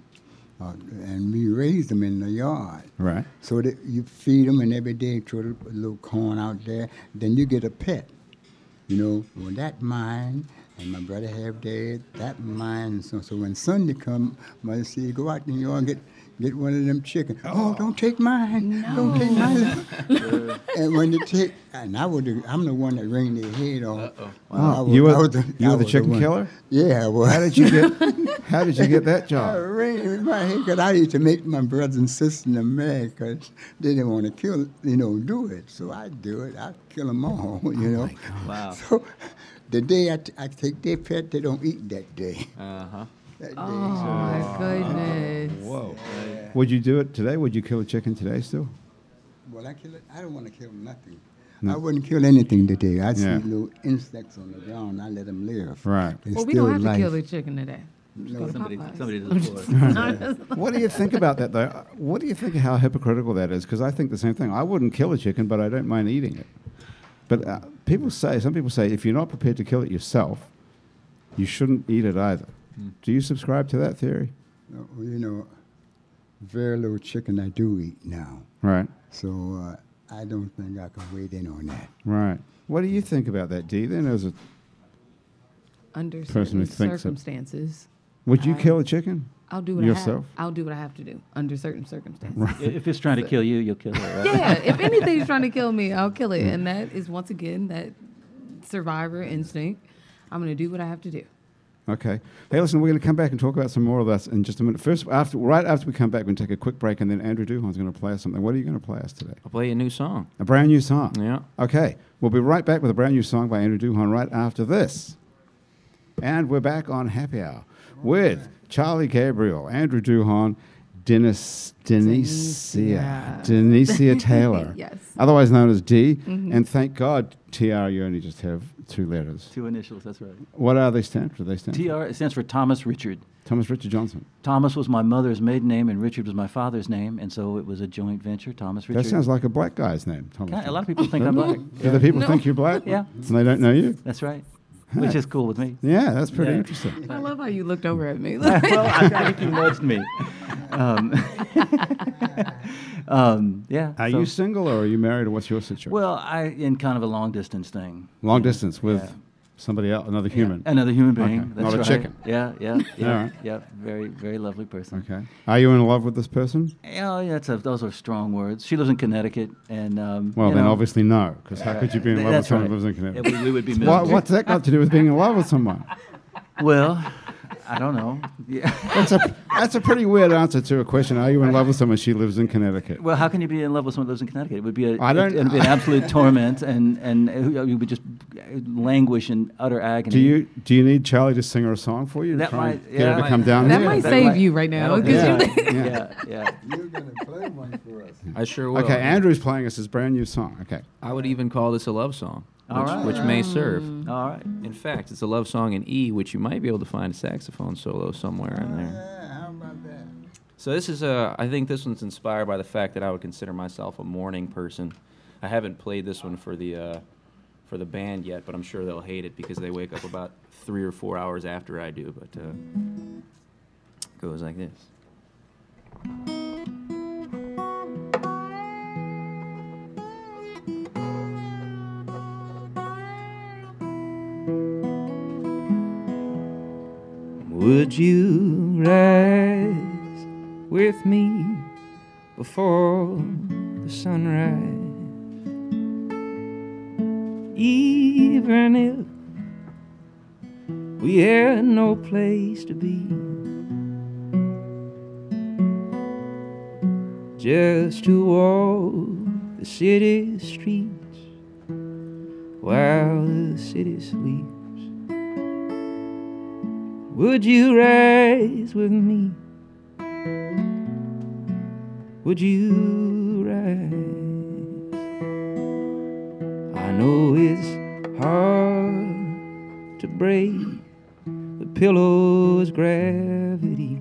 S2: uh, and we raise them in the yard.
S1: Right.
S2: So that you feed them, and every day throw a little corn out there. Then you get a pet. You know, well that mine, and my brother have dead that mine. So so when Sunday come, mother say go out in the yard and get get one of them chicken. Oh, don't take mine. Don't take mine. and when they take, and I would, I'm the one that ring their head off. I
S1: Wow.
S2: was-
S1: You were-
S2: I was
S1: you were
S2: I
S1: the
S2: was
S1: chicken
S2: one.
S1: killer?
S2: Yeah, well,
S1: How did you get? how did you get that
S4: Oh.
S2: I
S1: job?
S2: ran Oh, my head 'cause I used to make my brothers and sisters mad 'cause they didn't want to kill, you know, do it. So I do it. I kill them all, you
S4: Oh,
S2: know.
S5: Wow.
S2: So the day I, t- I take their pet, they don't eat that day.
S3: Uh huh.
S2: That
S4: Oh
S2: day. So
S4: my goodness.
S1: Whoa. Would you do it today? Would you kill a chicken today still?
S2: Well, I kill it. I don't want to kill nothing.
S1: No.
S2: I wouldn't kill anything today. I
S1: Yeah.
S2: see little insects on the ground. I let them live.
S1: Right.
S2: They
S4: Well, we
S2: still
S4: don't have
S2: life.
S4: to kill the chicken today. Just go to
S5: Somebody,
S4: Popeyes.
S5: somebody to the floor.
S1: What do you think about that though? What do you think of how hypocritical that is? Because I think the same thing. I wouldn't kill a chicken, but I don't mind eating it. But uh, people say, some people say, if you're not prepared to kill it yourself, you shouldn't eat it either. Do you subscribe to that theory?
S2: No, Oh, You know, very little chicken I do eat now.
S1: Right.
S2: So uh, I don't think I can wait in on that.
S1: Right. What do you think about that, Dee? Then as a,
S4: Under
S1: Person who
S4: certain
S1: thinks it-
S4: circumstances,
S1: would you
S4: I-
S1: kill a chicken?
S4: Uh, I'll do what
S1: Yourself?
S4: I have. I'll do what I have to do under certain circumstances.
S5: if it's trying to kill you, you'll kill it. Right?
S4: Yeah, if anything's trying to kill me, I'll kill it, and that is once again that survivor instinct. I'm gonna do what I have to do.
S1: Okay. Hey, listen, we're going to come back and talk about some more of this in just a minute. First, after right after we come back, we're going to take a quick break, and then Andrew Duhon's going to play us something. What are you going to play us today?
S3: I'll play you a new song.
S1: A brand new song.
S3: Yeah.
S1: Okay. We'll be right back with a brand new song by Andrew Duhon right after this. And we're back on Happy Hour with Charlie Gabriel, Andrew Duhon, Dennis Denicia.
S4: Denicia.
S1: Denicia Taylor.
S4: Yes.
S1: Otherwise known as D.
S5: Mm-hmm.
S1: And thank God, TR, you only just have two letters.
S5: Two initials, that's right.
S1: What are they stand for? They stand for
S5: TR it stands for Thomas Richard.
S1: Thomas Richard Johnson.
S5: Thomas was my mother's maiden name, and Richard was my father's name, and so it was a joint venture. Thomas Richard.
S1: That sounds like a black guy's name, Thomas.
S5: Kinda- a
S1: Richard.
S5: lot of people think I'm black.
S1: Do the people think you're black?
S5: Yeah.
S1: And they don't know you?
S5: That's right, which is cool with me.
S1: Yeah, that's pretty
S5: Yeah.
S1: interesting.
S4: I love how you looked over at me.
S5: well, I, I think you nudged me. Um, um, yeah.
S1: Are
S5: so-
S1: you single or are you married or what's your situation?
S5: Well, I in kind of a long distance thing.
S1: Long distance with
S5: Yeah.
S1: somebody else, another human.
S5: Another human being.
S1: Okay,
S5: That's
S1: not a
S5: right.
S1: chicken.
S5: Yeah, yeah, yeah,
S1: All right.
S5: yeah. Very, very lovely person.
S1: Okay. Are you in love with this person?
S5: Yeah, oh, yeah, that's a, those are strong words. She lives in Connecticut, and um,
S1: Well,
S5: you
S1: then
S5: know,
S1: obviously no, because how could you be in
S5: th-
S1: love with
S5: that's
S1: someone
S5: right.
S1: who lives in
S5: yeah,
S1: Connecticut?
S5: we, we would be
S1: What,
S5: miserable.
S1: what's that got to do with being in love with someone?
S5: Well, I don't know. Yeah.
S1: That's a, that's a pretty weird answer to a question. Are you in love with someone? She lives in Connecticut.
S5: Well, how can you be in love with someone who lives in Connecticut? It would be a,
S1: I don't-
S5: it, would be an absolute torment, and and uh, you would just languish in utter agony.
S1: Do you do you need Charlie to sing her a song for you? to
S5: That
S1: try and
S5: might-
S1: get her
S5: yeah.
S1: to come down
S4: That
S1: here.
S4: might save you right now,
S1: 'cause
S5: that'll do
S1: you-
S5: it.
S1: Yeah.
S5: yeah, yeah.
S2: You're going to play one for us.
S3: I sure will.
S1: Okay, Andrew's playing us his brand new song. Okay,
S3: I would even call this a love song, which,
S5: All right.
S3: which may serve.
S5: All right.
S3: In fact, it's a love song in E, which you might be able to find a saxophone solo somewhere in there.
S2: Yeah, Uh, how about that?
S3: So this is uh, I think this one's inspired by the fact that I would consider myself a morning person. I haven't played this one for the uh, for the band yet, but I'm sure they'll hate it because they wake up about three or four hours after I do. But uh, it goes like this. Would you rise with me before the sunrise? Even if we had no place to be, just to walk the city streets while the city sleeps. Would you rise with me? Would you rise? I know it's hard to break the pillow's gravity,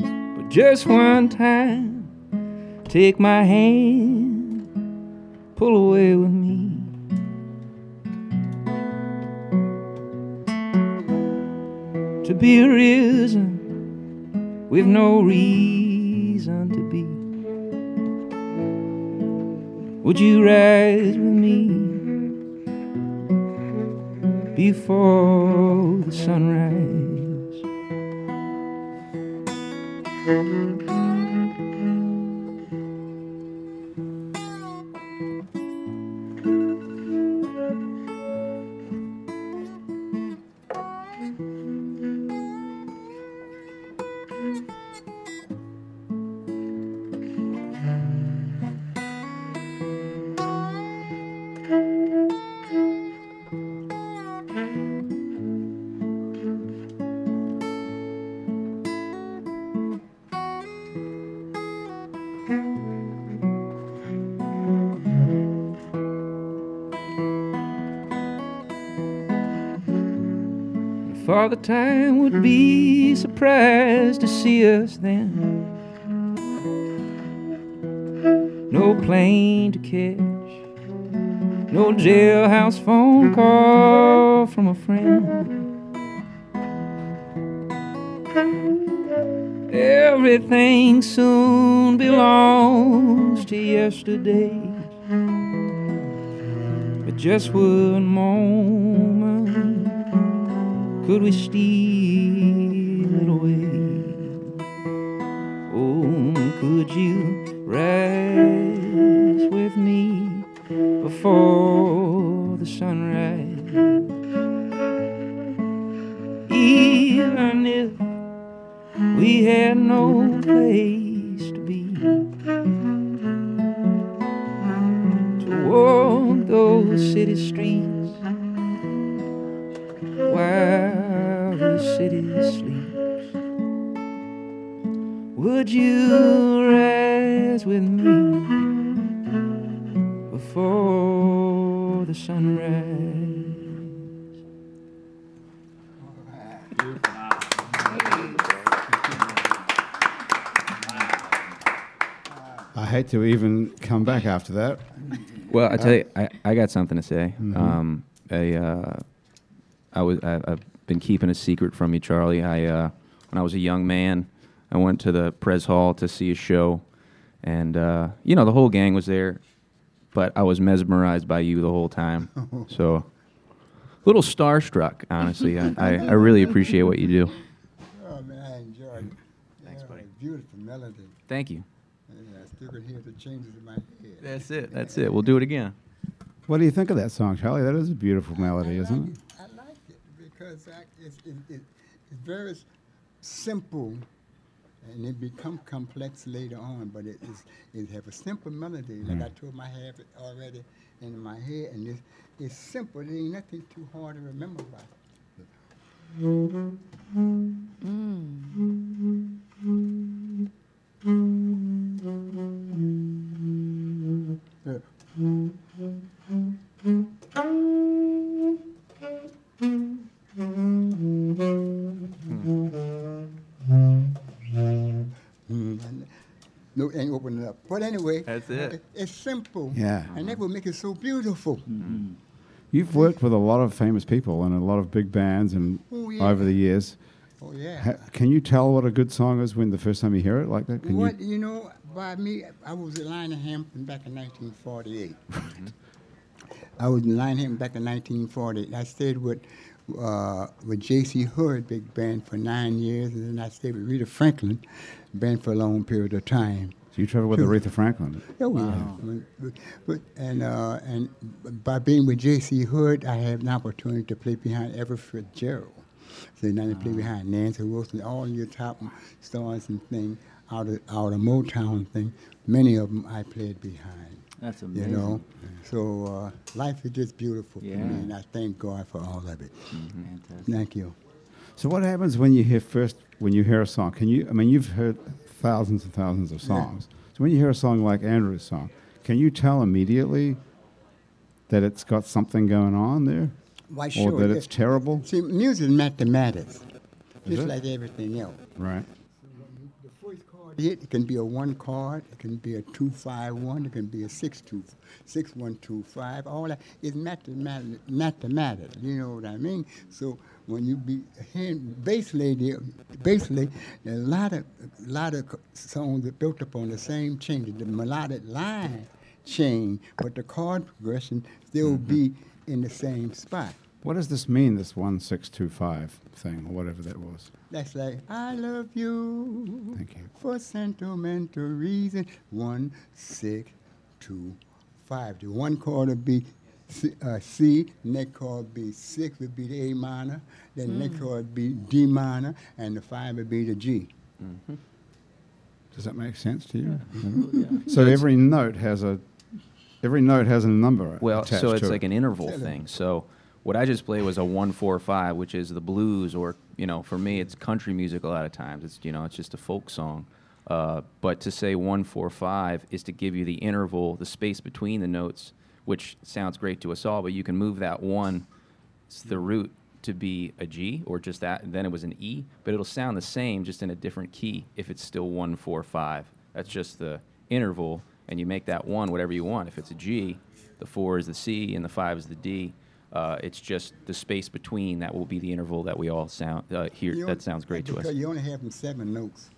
S3: but just one time, take my hand, pull away with me. to be risen
S6: We've no reason to be. Would you ride with me before the sunrise? Father Time would be surprised to see us then. No plane to catch, no jailhouse phone call from a friend. Everything soon belongs to yesterday. But just one moment could we steal it away? Oh, could you rise with me before the sunrise? Even if we had no place to be, to walk those city streets while the city sleeps. Would you rise with me before the sunrise?
S1: I hate to even come back after that.
S3: Well, I tell you, I, I got something to say. Um, I, uh, I was I, I've been keeping a secret from you, Charlie. I uh, when I was a young man, I went to the Pres Hall to see a show, and uh, you know the whole gang was there, but I was mesmerized by you the whole time. so, a little starstruck, honestly. I, I, I really appreciate what you do.
S2: Oh, man, I enjoyed it. Thanks,
S3: buddy.
S2: Beautiful melody.
S3: Thank you.
S2: Yeah, I still can hear the changes in my head.
S3: That's it. That's it. We'll do it again.
S1: What do you think of that song, Charlie? That is a beautiful melody, isn't it?
S2: I like it because I, it's, it, it, it's very s- simple, and it become complex later on. But it is it have a simple melody, like I told my have it already in my head, and it's it's simple. There ain't nothing too hard to remember about. it. Yeah. Hmm. And no, and open it up. But anyway,
S3: That's it.
S2: It's simple.
S1: Yeah. Hmm.
S2: And that will make it so beautiful.
S1: You've worked with a lot of famous people and a lot of big bands and
S2: Oh, yeah.
S1: over the years.
S2: Oh yeah.
S1: Ha- Can you tell what a good song is when the first time you hear it like that? Can
S2: what
S1: you?
S2: you know by me? I was in Lionhampton back in 1948.
S1: Mm-hmm.
S2: I was in Lionhampton back in 1948. I stayed with uh, with J.C. Hood big band for nine years, and then I stayed with Rita Franklin band for a long period of time.
S1: So you travel with Aretha Franklin.
S2: Yeah, we have. I mean, But, but, and, uh, and by being with J.C. Hood, I had an opportunity to play behind Everett Fitzgerald. So now I play behind Nancy Wilson, all your top stars and thing, out of, out of Motown thing. Many of them I played behind,
S5: That's
S2: you
S5: amazing.
S2: know. So uh, life is just beautiful for
S5: Yeah. Mm-hmm.
S2: me, and I thank God for all of it.
S5: Fantastic.
S2: Thank you.
S1: So what happens when you hear first when you hear a song? Can you? I mean, you've heard thousands and thousands of songs. So when you hear a song like Andrew's song, can you tell immediately that it's got something going on there,
S2: Why,
S1: or that
S2: yeah.
S1: it's terrible?
S2: See, music is mathematics, just
S1: it?
S2: like everything else.
S1: Right.
S2: The first card hit, it can be a one card, it can be a two five one, it can be a six two, six one two five. All that is mathematical, mathematical. You know what I mean? So when you be hearing basically the, basically a lot of a lot of songs that built upon the same change, the melodic line change, but the chord progression still be in the same spot.
S1: What does this mean, this 1625 thing, or whatever that was?
S2: That's like I love you
S1: Thank you.
S2: for sentimental reason. One six two five. The one chord would be C, uh, C next chord would be six would be the A minor. Then
S1: Hmm.
S2: next chord would be D minor, and the five would be the G.
S1: Does that make sense to you? So every note has a every note has a number
S3: Well,
S1: attached
S3: so it's
S1: to
S3: like
S1: it.
S3: an interval thing. So what I just played was a one four five, which is the blues, or you know, for me, it's country music a lot of times. It's you know, it's just a folk song. Uh, but to say one four five is to give you the interval, the space between the notes, which sounds great to us all. But you can move that one, s- the root to be a G or just that, and then it was an E. But it'll sound the same, just in a different key if it's still one four five. That's just the interval, and you make that one whatever you want. If it's a G, the four is the C and the five is the D. Uh, it's just the space between that will be the interval that we all sound uh, hear.
S2: You
S3: that
S2: on-
S3: sounds great to us.
S2: because You only have them seven notes.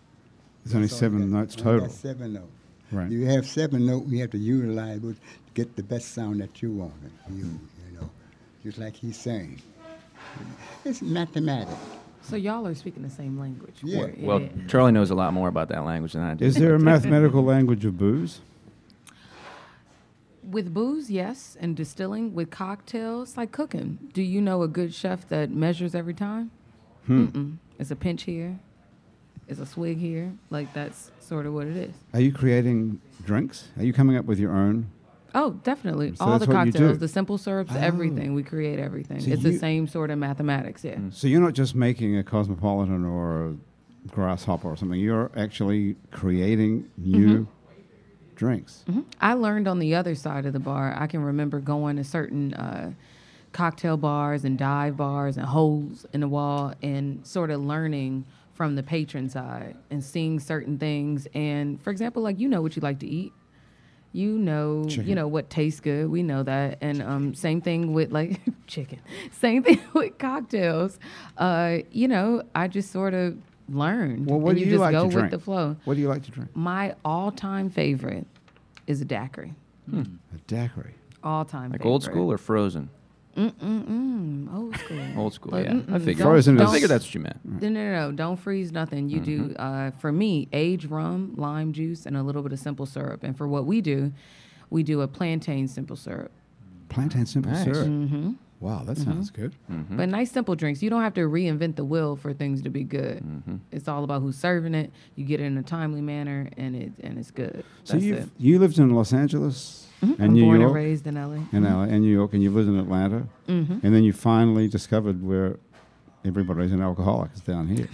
S1: There's only
S2: So
S1: seven
S2: that-
S1: notes
S2: only
S1: total.
S2: got seven notes.
S1: Right.
S2: You have seven notes. You have to utilize it to get the best sound that you want. to use, you know, just like he's saying. It's mathematics.
S4: So y'all are speaking the same language.
S2: Yeah.
S4: We're-
S3: Well,
S4: yeah.
S3: Charlie knows a lot more about that language than I do.
S1: Is there a mathematical language of booze?
S4: With booze, yes, and distilling. With cocktails, like cooking. Do you know a good chef that measures every time? Mm-mm. It's a pinch here. It's a swig here. Like that's sort of what it is.
S1: Are you creating drinks? Are you coming up with your own?
S4: Oh, definitely.
S1: So
S4: All
S1: that's
S4: the
S1: what you
S4: cocktails,
S1: do. Oh.
S4: the simple syrups, everything. We create everything.
S1: So
S4: it's
S1: you-
S4: the same sort of mathematics, yeah.
S1: So you're not just making a cosmopolitan or a grasshopper or something. You're actually creating new
S4: Mm-hmm.
S1: drinks.
S4: I learned on the other side of the bar. I can remember going to certain uh, cocktail bars and dive bars and holes in the wall and sort of learning from the patron side and seeing certain things. And for example, like you know what you like to eat. You know, you know what tastes good. We know that, and um, same thing with like chicken. Same thing with cocktails. Uh, you know, I just sort of learn.
S1: Well, what
S4: and
S1: do
S4: you,
S1: you,
S4: just
S1: like
S4: go
S1: to
S4: with
S1: drink?
S4: the flow.
S1: What do you like to drink?
S4: My all-time favorite is a daiquiri.
S1: A daiquiri.
S4: All time
S3: like old school or frozen?
S4: Mm-mm-mm, old school.
S3: Old school,
S4: Like,
S3: yeah. I
S4: mm-mm,
S3: figured.
S4: don't-
S1: Frozen is-
S3: I figured that's what you meant.
S4: No, no, no, no. Don't freeze nothing. You
S1: Mm-hmm.
S4: do, uh, for me, aged rum, lime juice, and a little bit of simple syrup. And for what we do, we do a plantain simple syrup.
S1: Plantain simple
S3: Nice.
S1: syrup.
S4: Mm-hmm.
S1: Wow, that sounds good.
S4: But nice, simple drinks. You don't have to reinvent the wheel for things to be good.
S1: Mm-hmm.
S4: It's all about who's serving it. You get it in a timely manner, and it and it's good.
S1: So
S4: That's
S1: you
S4: it. Mm-hmm.
S1: you lived in Los Angeles and
S4: I'm
S1: New
S4: born
S1: York
S4: and raised Mm-hmm. in LA.
S1: and LA and New York, and you've lived in Atlanta, and then you finally discovered where everybody's an alcoholic is down here.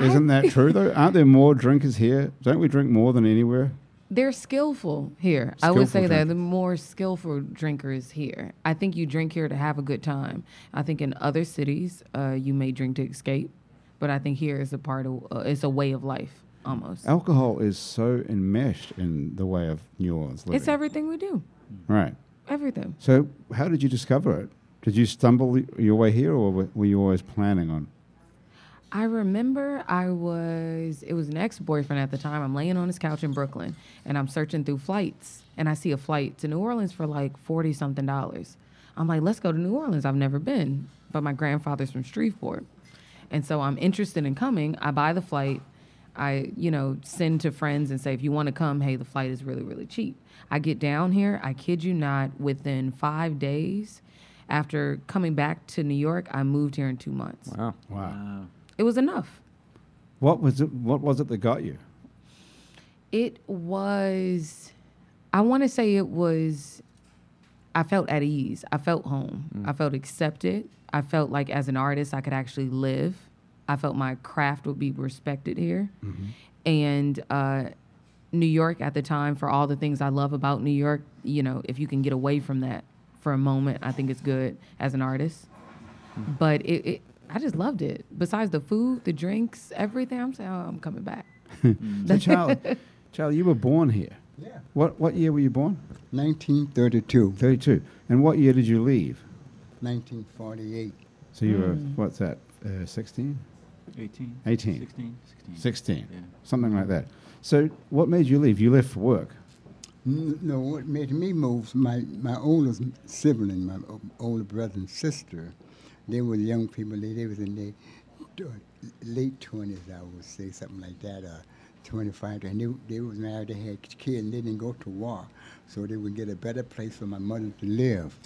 S1: Isn't that true though? Aren't there more drinkers here? Don't we drink more than anywhere?
S4: They're skillful here. I
S1: Skillful
S4: would say that
S1: drinkers.
S4: the more skillful drinkers here. I think you drink here to have a good time. I think in other cities, uh, you may drink to escape, but I think here is a part of uh, it's a way of life almost.
S1: Alcohol is so enmeshed in the way of New Orleans living.
S4: It's everything we do.
S1: right.
S4: Everything.
S1: So how did you discover it? Did you stumble y- your way here, or were- were you always planning on?
S4: I remember I was, it was an ex boyfriend at the time. I'm laying on his couch in Brooklyn and I'm searching through flights and I see a flight to New Orleans for like 40 something dollars. I'm like, let's go to New Orleans. I've never been, but my grandfather's from Shreveport. And so I'm interested in coming. I buy the flight. I, you know, send to friends and say, if you want to come, hey, the flight is really, really cheap. I get down here, I kid you not, within five days after coming back to New York, I moved here in two months.
S3: Wow.
S1: Wow.
S4: It was enough.
S1: What was it? What was it that got you?
S4: It was, I want to say it was, I felt at ease. I felt home. I felt accepted. I felt like as an artist, I could actually live. I felt my craft would be respected here. And uh, New York at the time, for all the things I love about New York, you know, if you can get away from that for a moment, I think it's good as an artist. But it, it I just loved it. Besides the food, the drinks, everything, I'm saying, oh, I'm coming back.
S1: So, Charlie, Charlie, you were born here.
S2: Yeah.
S1: What what year were you born?
S2: 1932,
S1: Thirty two. And what year did you leave?
S2: 1948.
S1: So you were, what's that, uh, 16?
S5: 18.
S1: 18.
S5: 16. 16.
S1: 16,
S5: Yeah.
S1: something like that. So what made you leave? You left for work.
S2: N- No, what made me move, my, my oldest sibling, my o- older brother and sister, they were young people. They, they was in their t- late 20s, I would say, something like that, or 25. And they, they was married, they had kids, and they didn't go to war. So they would get a better place for my mother to live,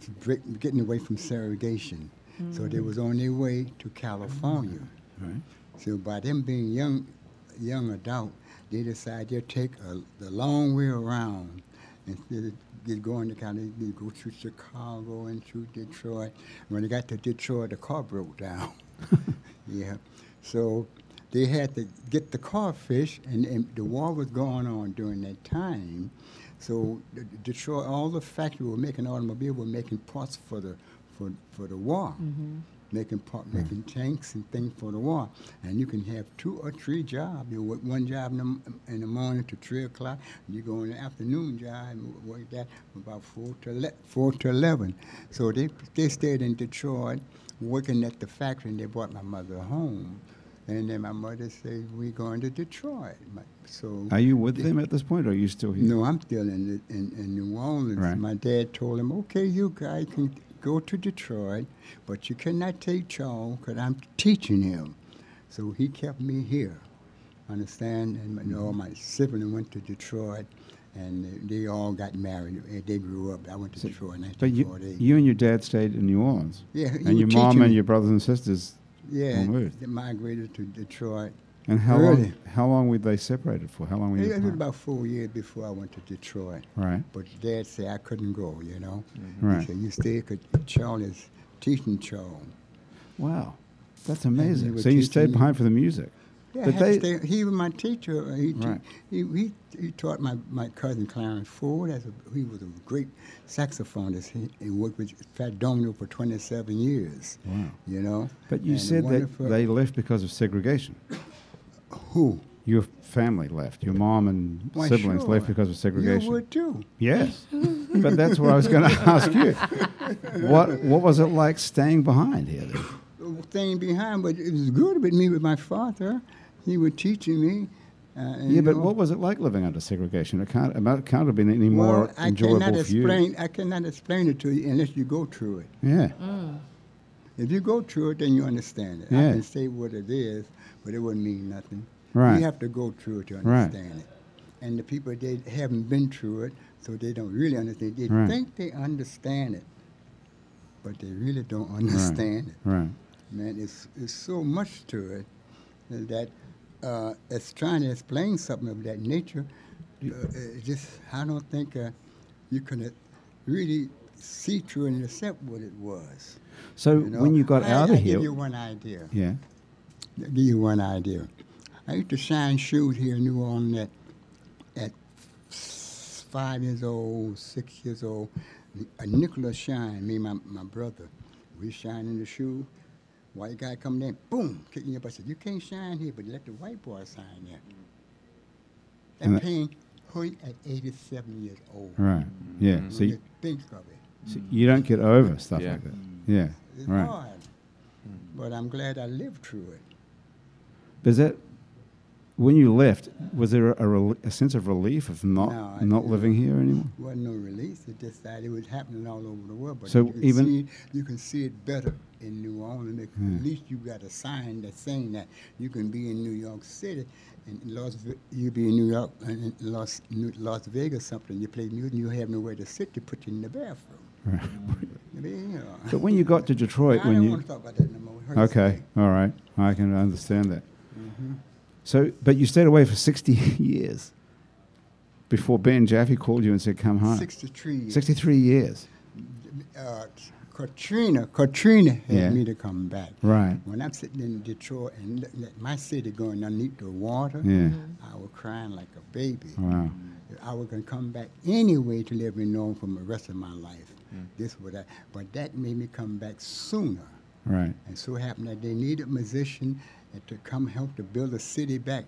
S2: to break, getting away from segregation. So they was on their way to California. So by them being young, young adult, they decide they'll take a, the long way around instead of get going to kind of they go through Chicago and through Detroit. When they got to Detroit, the car broke down. yeah, so they had to get the car fixed, and, and the war was going on during that time. So the- the Detroit, all the factories were making automobile were making parts for the for for the war making part, making tanks and things for the war. And you can have two or three jobs. You work one job in the, m- in the morning to three o'clock. You go on the afternoon job and w- work that from about four to ele- four to eleven. So they they stayed in Detroit, working at the factory, and they brought my mother home. And then my mother said, "We're going to Detroit." My- So
S1: Are you with them at this point, or are you still here?
S2: no, I'm still in, in, in New Orleans.
S1: Right.
S2: My dad told him, okay, you guys can go to Detroit, but you cannot take Charles because I'm teaching him. So he kept me here, understand? And my- all
S1: Mm-hmm.
S2: my siblings went to Detroit, and they, they all got married. They- They grew up. I went to Detroit in
S1: But you,
S2: 1948.
S1: you and your dad stayed in New Orleans.
S2: Yeah, he
S1: And your
S2: was
S1: mom
S2: teaching
S1: and
S2: me.
S1: your brothers and sisters.
S2: yeah,
S1: all moved.
S2: they migrated to Detroit.
S1: And how
S2: Really?
S1: long? How long were they separated for? How long were you?
S2: It was
S1: apart?
S2: about four years before I went to Detroit.
S1: Right.
S2: But Dad said I couldn't go, you know.
S1: Mm-hmm. Right.
S2: He said, you stay, because Charlie's teaching Charles.
S1: Wow, that's
S2: they
S1: amazing.
S2: were
S1: So you
S2: teaching
S1: stayed
S2: me-
S1: behind for the music.
S2: Yeah, I
S1: but
S2: had to
S1: they,
S2: stay- he was my teacher. uh, He, te-
S1: Right.
S2: he, he, he taught my, my cousin Clarence Ford. As a, he was a great saxophonist. He, he worked with Fat Domino for 27 years.
S1: Wow.
S2: You know?
S1: but you
S2: And a
S1: said that
S2: wonderful-
S1: they left because of segregation.
S2: Who?
S1: Your family left. Your mom and
S2: Why,
S1: siblings left
S2: sure.
S1: because of segregation.
S2: You would too.
S1: Yes, but that's what I was going to ask you. What What was it like staying behind here? Then?
S2: Thing behind, but it was good with me with my father. He was teaching me. Uh, and,
S1: Yeah,
S2: you
S1: but
S2: know,
S1: what was it like living under segregation? It can't, it might- can't have been any more
S2: well, I
S1: enjoyable
S2: cannot
S1: for you.
S2: explain. I cannot explain it to you unless you go through it.
S1: Yeah,
S2: If you go through it, then you understand it.
S1: Yeah.
S2: I can say what it is, but it wouldn't mean nothing.
S1: Right.
S2: You have to go through it to
S1: Right.
S2: understand it. And the people they haven't been through it, so they don't really understand. They
S1: Right.
S2: think they understand it, but they really don't understand it
S1: right.
S2: man, it's, it's so much to it that uh, it's trying to explain something of that nature. Uh, it just I don't think uh, you can uh, really see through and accept what it was.
S1: So
S2: you know?
S1: when you got
S2: I,
S1: out
S2: I
S1: of
S2: give you
S1: here,
S2: one idea.
S1: yeah,
S2: I'll give you one idea. I used to shine shoes here in New Orleans at, at s- five years old, six years old. A Nicholas shine, me and my, my brother, we shining the shoe. White guy coming in, boom, kicking up. I said, you can't shine here, but let the white boy shine there.
S1: And
S2: That
S1: that-
S2: pain hurt at 87 years old.
S1: right, yeah. So,
S2: You
S1: you,
S2: think of it.
S1: so you don't get over stuff
S3: Yeah.
S1: like that. Yeah,
S2: It's
S1: right.
S2: hard. But I'm glad I lived through it.
S1: But Is that when you left? Was there a, rel- a sense of relief of not
S2: No, I-
S1: not living here anymore?
S2: wasn't no release. It just that it was happening all over the world. But
S1: So
S2: you can
S1: even- Hmm.
S2: see, you can see it better in New Orleans. At least you got a sign that's saying that you can be in New York City and in Las Ve- you be in New York and in Las New, Las Vegas something. You play music, you have nowhere to sit. They put you in the bathroom. I mean, you know.
S1: But when you got to Detroit,
S2: I
S1: when
S2: don't
S1: you
S2: want to talk about that no more. It hurts
S1: Okay,
S2: me.
S1: all right. I can understand that. So, but you stayed away for 60 years before Ben Jaffe called you and said, come home.
S2: Sixty-three.
S1: 63 years.
S2: uh, Katrina, Katrina had
S1: Yeah.
S2: me to come back.
S1: Right.
S2: When I'm sitting in Detroit and looking at my city going underneath the water,
S1: Yeah.
S2: I was crying like a baby.
S1: Wow.
S2: I was gonna come back anyway to live in Norm for the rest of my life. This would I, but that made me come back sooner.
S1: Right.
S2: And so happened that they needed musicians to come help to build the city back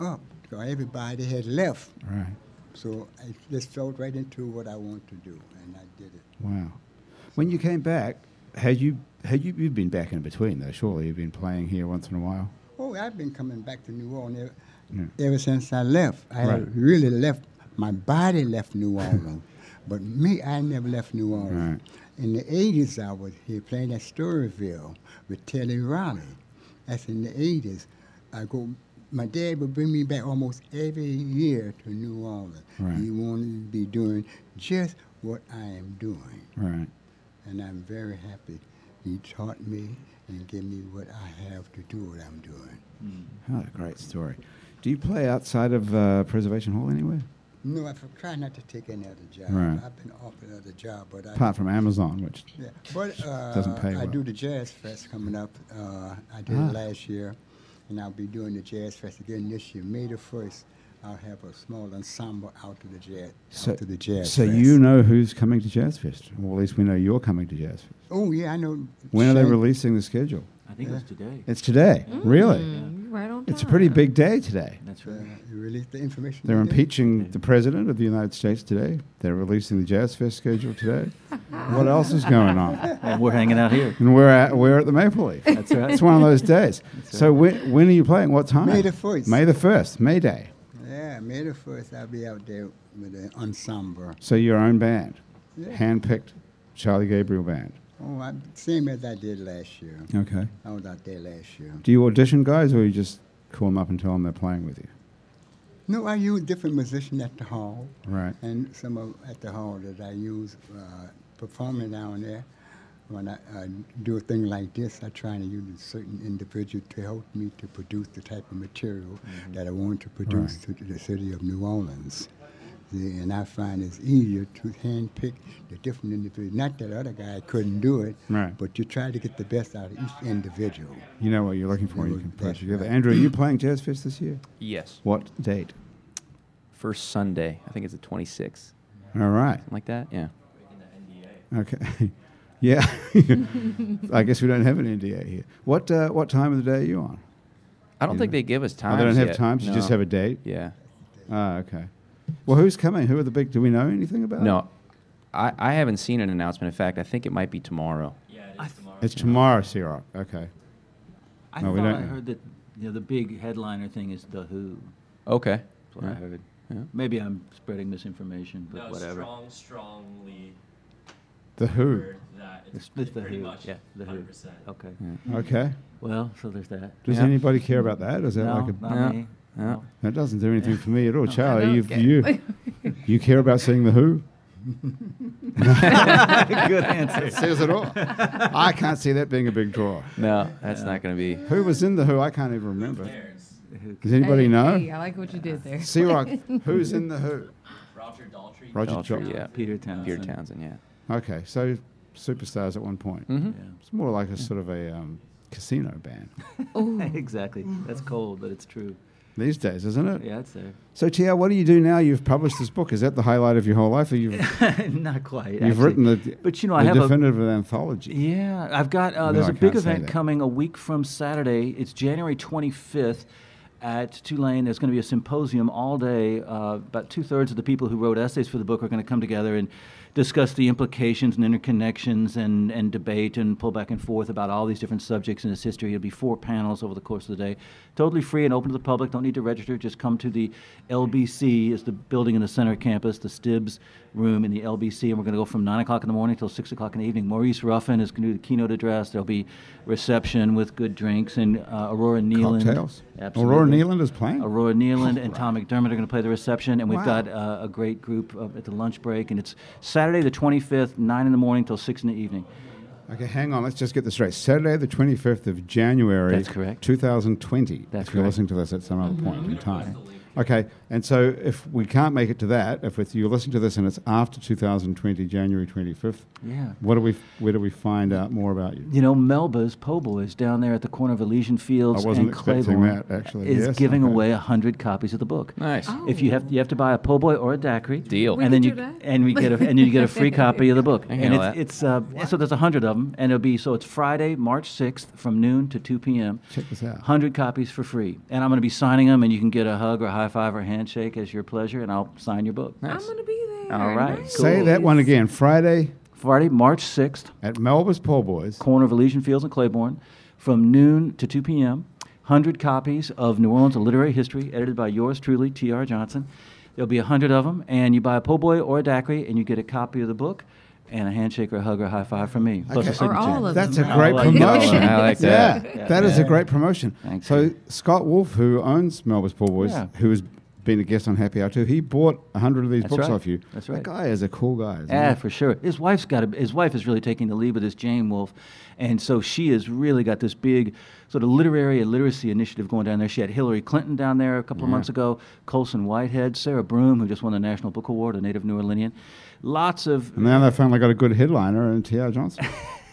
S2: up. So everybody had left.
S1: Right.
S2: So I just felt right into what I wanted to do, and I did it.
S1: Wow. When you came back, had you had you you've been back in between though? Surely you've been playing here once in a while.
S2: Oh, I've been coming back to New Orleans
S1: Yeah.
S2: ever, ever since I left. I
S1: Right.
S2: really left, my body left New Orleans. but me, I never left New Orleans. In the 80s, I was here playing at Storyville with Teddy Riley. That's in the 80s. I go, my dad would bring me back almost every year to New Orleans.
S1: Right.
S2: He wanted me to be doing just what I am doing
S1: Right.
S2: and I'm very happy he taught me and gave me what I have to do what I'm doing.
S1: Oh, a great story. Do you play outside of uh, Preservation Hall anywhere?
S2: No, I've tried not to take any other job.
S1: Right.
S2: I've been offered other job, but I
S1: Apart from Amazon, which
S2: yeah, but uh,
S1: Doesn't pay
S2: I
S1: well.
S2: do the jazz fest coming up. Uh, I did
S1: Ah.
S2: it last year, and I'll be doing the jazz fest again this year, May the first. I'll have a small ensemble out to the jazz out to the jazz.
S1: so
S2: fest.
S1: you know who's coming to Jazz Fest, or at least we know you're coming to Jazz Fest.
S2: Oh yeah, I know.
S1: When are they
S2: Shane-
S1: releasing the schedule?
S5: I think it's today.
S1: It's today, really.
S4: Mm, right on
S1: It's a pretty
S4: time.
S1: big day today.
S5: That's
S2: Uh,
S5: right.
S2: release the information.
S1: They're
S2: today?
S1: impeaching the president of the United States today. They're releasing the Jazz Fest schedule today. what else is going on?
S5: And we're hanging out here.
S1: And we're at, we're at the Maple Leaf.
S5: That's right.
S1: It's one of those days. So when, when are you playing? What time?
S2: May the 1st.
S1: May the 1st, May Day.
S2: Yeah, May the first, I'll be out there with an ensemble.
S1: So your own band,
S2: Yeah.
S1: handpicked Charlie Gabriel band.
S2: Oh, I, same as I did last year.
S1: Okay.
S2: I was out there last year.
S1: Do you audition guys or you just call them up and tell them they're playing with you?
S2: No, I use different musicians at the hall,
S1: Right.
S2: and some of at the hall that I use uh, performing down there. When I, I do a thing like this, I try to use a certain individual to help me to produce the type of material
S1: Mm-hmm.
S2: that I want to produce to the city of New Orleans. See, and I find it's easier to handpick the different individuals. Not that other guy couldn't do it,
S1: Right.
S2: but you try to get the best out of each individual.
S1: You know what you're looking for. You
S2: Yeah,
S1: can put it
S2: that's
S1: together.
S2: right.
S1: Andrew, are you playing Jazz Fest this year?
S3: Yes.
S1: What date?
S3: First Sunday. I think it's the 26th. Something
S1: All right.
S3: like that. Yeah.
S1: Okay. yeah. I guess we don't have an NDA here. What uh, what time of the day are you on?
S3: I don't
S1: Yeah.
S3: think they give us
S1: Oh,
S3: times.
S1: they don't have
S3: yet.
S1: times. You just
S3: No.
S1: have a date.
S3: Yeah.
S1: Ah, okay. Well, who's coming? Who are the big? Do we know anything about? it?
S3: No, I, I haven't seen an announcement. In fact, I think it might be tomorrow.
S1: It's tomorrow, Ciroc. Okay.
S5: I
S1: No,
S5: thought
S1: we
S5: I
S1: don't know.
S5: heard that you know, the big headliner thing is The Who.
S3: Okay.
S5: That's what I heard.
S3: Yeah.
S5: Maybe I'm spreading misinformation, but
S7: no,
S5: whatever.
S7: strong, strongly
S1: The Who.
S7: heard that it's
S5: It's The
S7: pretty
S5: Who.
S7: much
S5: yeah, The Who.
S7: 100%.
S5: Okay.
S1: Okay.
S5: Well, so there's that.
S1: Does
S3: Yeah.
S1: anybody care about that? Is that
S5: no,
S1: like a?
S5: not
S3: Yeah.
S5: me.
S3: Yeah.
S5: No.
S1: That doesn't do anything for me at
S4: Oh,
S1: all, Charlie.
S4: don't
S1: You
S4: care.
S1: you you care about seeing the Who?
S5: Good answer.
S1: It says it all. I can't see that being a big draw.
S3: No, that's not going to be.
S1: Who was in the Who? I can't even remember.
S7: There's
S1: Does anybody
S4: Hey,
S1: know?
S4: hey, I like what you did there.
S1: Ciroc, who's in the Who?
S7: Roger Daltrey.
S1: Roger
S3: Daltrey,
S1: Daltrey.
S3: yeah.
S5: Peter Townsend.
S3: Peter Townsend, yeah.
S1: Okay, so superstars at one point.
S3: Mm-hmm.
S5: Yeah.
S1: It's more like
S5: Mm.
S1: a sort of a um, casino band
S4: Oh,
S5: exactly. That's cold, but it's true.
S1: these days, isn't it?
S5: Yeah, it's there.
S1: So, Tia, what do you do now? You've published this book. Is that the highlight of your whole life? Or you've
S5: Not quite.
S1: you've
S5: actually.
S1: written the,
S5: But you know,
S1: the
S5: I have a
S1: definitive anthology.
S5: Yeah, I've got. Uh,
S1: No,
S5: there's
S1: I
S5: a big
S1: can't say
S5: event
S1: that.
S5: coming a week from Saturday. It's January 25th at Tulane. There's going to be a symposium all day. Uh, about two thirds of the people who wrote essays for the book are going to come together and discuss the implications and interconnections and, and debate and pull back and forth about all these different subjects in its history. It'll be four panels over the course of the day. Totally free and open to the public. Don't need to register. Just come to the LBC, is the building in the center campus, the Stibbs room in the LBC, and we're going to go from 9 o'clock in the morning till 6 o'clock in the evening. Maurice Ruffin is going to do the keynote address. There'll be reception with good drinks, and uh, Aurora Neeland.
S1: Cocktails.
S5: Absolutely.
S1: Aurora Neeland is playing.
S5: Aurora Neeland and Tom McDermott are going to play the reception, and we've
S1: Wow.
S5: got uh, a great group uh, at the lunch break. And it's Saturday the 25th, 9 in the morning till 6 in the evening.
S1: Okay, hang on. Let's just get this right. Saturday, the 25th of January.
S5: That's correct.
S1: 2020.
S5: That's
S1: if you're
S5: correct.
S1: listening to this at some other point in time. Okay, and so if we can't make it to that, if it's, you're listening to this and it's after 2020, January 25th,
S5: Yeah.
S1: what do we, where do we find out more about you?
S5: You know, Melba's Po' Boys down there at the corner of Elysian Fields
S1: I wasn't
S5: and
S1: expecting
S5: Claiborne
S1: that, actually.
S5: is
S1: Yes,
S5: giving
S1: okay.
S5: away a hundred copies of the book.
S3: Nice. Oh.
S5: If you have you have to buy a po' boy or a daiquiri,
S3: Deal. We
S5: and then
S4: could
S5: you
S4: do that.
S5: and we get a and you get a free copy of the book.
S3: can
S5: and
S3: handle
S5: it's,
S3: that.
S5: it's uh, so there's a hundred of them, and it'll be so it's Friday, March sixth, from noon to two p.m.
S1: Check this out.
S5: Hundred copies for free, and I'm going to be signing them, and you can get a hug or a high five or a handshake as your pleasure, and I'll sign your book.
S4: I'm gonna be there.
S5: All right.
S4: Nice.
S5: Cool.
S1: Say that one again. Friday,
S5: Friday, March 6th,
S1: At Melba's Poor Boys.
S5: corner of Elysian Fields and Claiborne, from noon to 2 p.m. 100 copies of New Orleans Literary History, edited by yours truly, T.R. Johnson. There'll be 100 of them, and you buy a po' boy or a daiquiri, and you get a copy of the book, and a handshake or a hug or a high five from me. Plus
S1: Okay.
S5: a
S4: Or
S5: signature.
S4: all of
S1: That's a
S4: them.
S1: great
S5: I like that.
S1: promotion.
S3: I like that.
S1: Yeah, that is a great promotion.
S5: Thank
S1: so
S5: you.
S1: Scott Wolf, who owns Melba's Poor Boys,
S5: Yeah.
S1: who has been a guest on Happy Hour too, he bought hundred of these
S5: That's
S1: books
S5: right.
S1: off you.
S5: That's
S1: That
S5: right.
S1: guy is a cool guy. Isn't
S5: Yeah,
S1: he?
S5: for sure. His wife's got a, his wife is really taking the lead with this Jane Wolf, and so she has really got this big sort of literary and literacy initiative going down there. She had Hillary Clinton down there a couple of months ago, Colson Whitehead, Sarah Broom, who just won the National Book Award, a native New Orleanian. Lots of
S1: And now they finally got a good headliner in T.R. Johnson.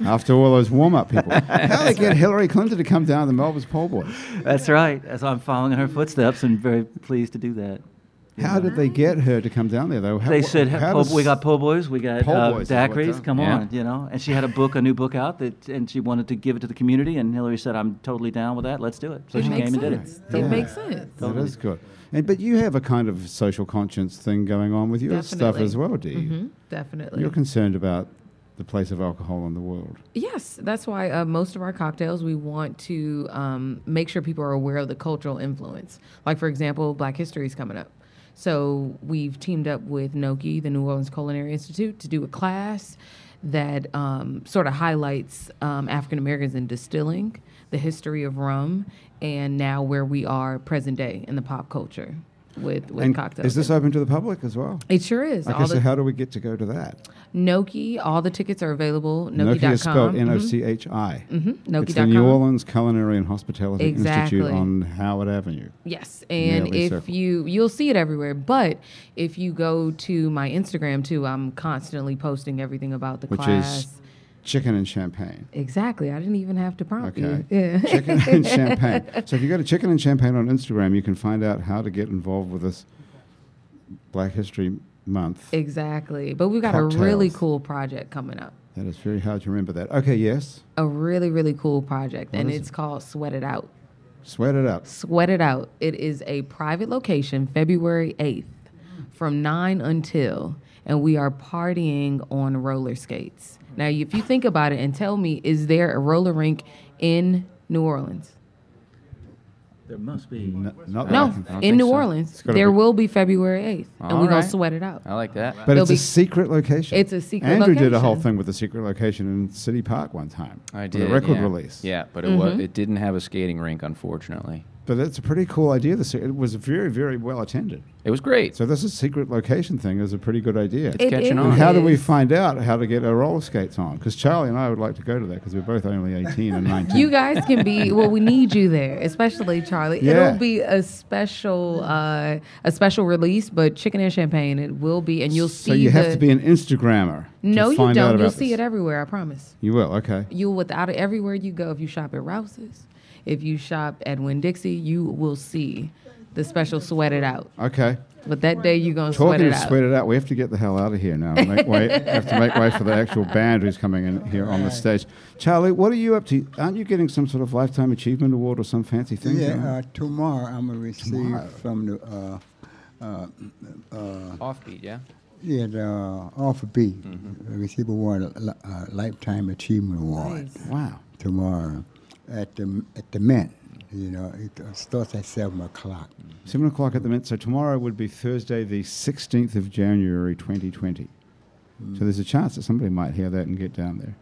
S1: After all those warm-up people, how they get Hillary Clinton to come down to Melba's Poor Boys?
S5: that's right. As I'm following in her footsteps, and very pleased to do that.
S1: How did they get her to come down there though? How,
S5: They
S1: wh-
S5: said,
S1: how
S5: po-
S1: does-
S5: "We got po' boys, we got
S1: Po'
S5: uh,
S1: boys is what does-
S5: daiquiris. Come
S3: Yeah.
S5: on, you know." And she had a book, a new book out that, and she wanted to give it to the community. And Hillary said, "I'm totally down with that. Let's do it." So
S4: It
S5: she
S4: makes
S5: came and did it.
S4: sense. It makes sense.
S1: That is good. And, but you have a kind of social conscience thing going on with your stuff
S4: Definitely.
S1: as well, do you?
S4: Mhm, Definitely.
S1: You're concerned about the place of alcohol in the world.
S4: Yes, that's why uh, most of our cocktails we want to um, make sure people are aware of the cultural influence. Like for example, Black History is coming up, so we've teamed up with Noki, the New Orleans Culinary Institute, to do a class that um, sort of highlights um, African Americans in distilling, the history of rum, and now where we are present day in the pop culture with with
S1: And
S4: cocktails.
S1: Is this open to the public as well?
S4: It sure is.
S1: Okay,
S4: All
S1: so
S4: the
S1: how do we get to go to that?
S4: Noki, all the tickets are available. Noki.com.
S1: Noki is spelled
S4: Mhm.
S1: N O C H I.
S4: Noki.com.
S1: It's the New Orleans Culinary and Hospitality Institute
S4: Exactly.
S1: on Howard Avenue.
S4: Yes, and
S1: Nearly
S4: if
S1: circle.
S4: you you'll see it everywhere, but if you go to my Instagram too, I'm constantly posting everything about the
S1: Which
S4: class.
S1: is Chicken and champagne.
S4: exactly. I didn't even have to prompt
S1: Okay.
S4: you. Yeah.
S1: Chicken and champagne. So if you go to Chicken and Champagne on Instagram, you can find out how to get involved with this Black History Month.
S4: exactly. But we've got a really
S1: Cocktails.
S4: cool project coming up.
S1: that is very hard to remember that. Okay, yes.
S4: A really really cool project and
S1: is
S4: it's called Sweat It Out.
S1: Sweat it out.
S4: Sweat It Out. It is a private location, February 8th, from 9 until, and we are partying on roller skates. Now, if you think about it and tell me, is there a roller rink in New Orleans?
S5: There must be.
S1: N- not that I
S4: No,
S1: can-
S3: I don't
S4: in
S3: think
S4: New
S3: so.
S4: Orleans.
S1: gotta
S4: There
S1: be-
S4: will be February 8th, and
S3: All
S4: we're going
S3: right.
S4: to sweat it out.
S3: I like that.
S1: But
S4: It'll
S1: it's a
S4: Uh, be-
S1: secret location.
S4: It's a secret
S1: Andrew did a whole
S4: location.
S1: thing with a secret location in City Park one time.
S3: I
S1: with
S3: did.
S1: a record
S3: yeah.
S1: release.
S3: Yeah, but it was it didn't have a skating rink, unfortunately.
S1: But that's a pretty cool idea. The se- It was very, very well attended.
S3: It was great.
S1: So this is secret location thing is a pretty good idea.
S4: It
S3: catching
S1: and
S3: on.
S1: how do we
S4: is.
S1: find out how to get our roller skates on? Because Charlie and I would like to go to that because we're both only 18 and 19.
S4: You guys can be well. We need you there, especially Charlie.
S1: Yeah.
S4: It'll be a special, uh, a special release, but chicken and champagne. It will be, and you'll see.
S1: so you have
S4: the-
S1: to be an Instagrammer.
S4: No,
S1: to
S4: you
S1: find Out
S4: don't.
S1: about
S4: You'll see
S1: this.
S4: it everywhere. I promise.
S1: You will. Okay.
S4: You without it everywhere you go. If you shop at Rouse's, if you shop at Winn Dixie, you will see the special sweat it out.
S1: Okay.
S4: But that day you're gonna sweat
S1: Talking
S4: it
S1: of
S4: out.
S1: sweat it out, we have to get the hell out of here now. and Make way, have to make way for the actual band who's coming in here on the stage. Charlie, what are you up to? Aren't you getting some sort of lifetime achievement award or some fancy thing? going
S2: Yeah,
S1: on?
S2: uh, tomorrow I'm gonna receive
S1: Tomorrow?
S2: from the uh, uh, uh,
S3: Offbeat, yeah.
S2: yeah the uh, Alpha B
S1: Mm-hmm.
S2: receive award, a li- uh, lifetime achievement award
S1: wow.
S2: tomorrow at the at the Mint. You know, it uh, starts at seven o'clock.
S1: Seven o'clock at the Mint. So tomorrow would be Thursday, the sixteenth of January, twenty twenty.
S2: Hmm.
S1: So there's a chance that somebody might hear that and get down there.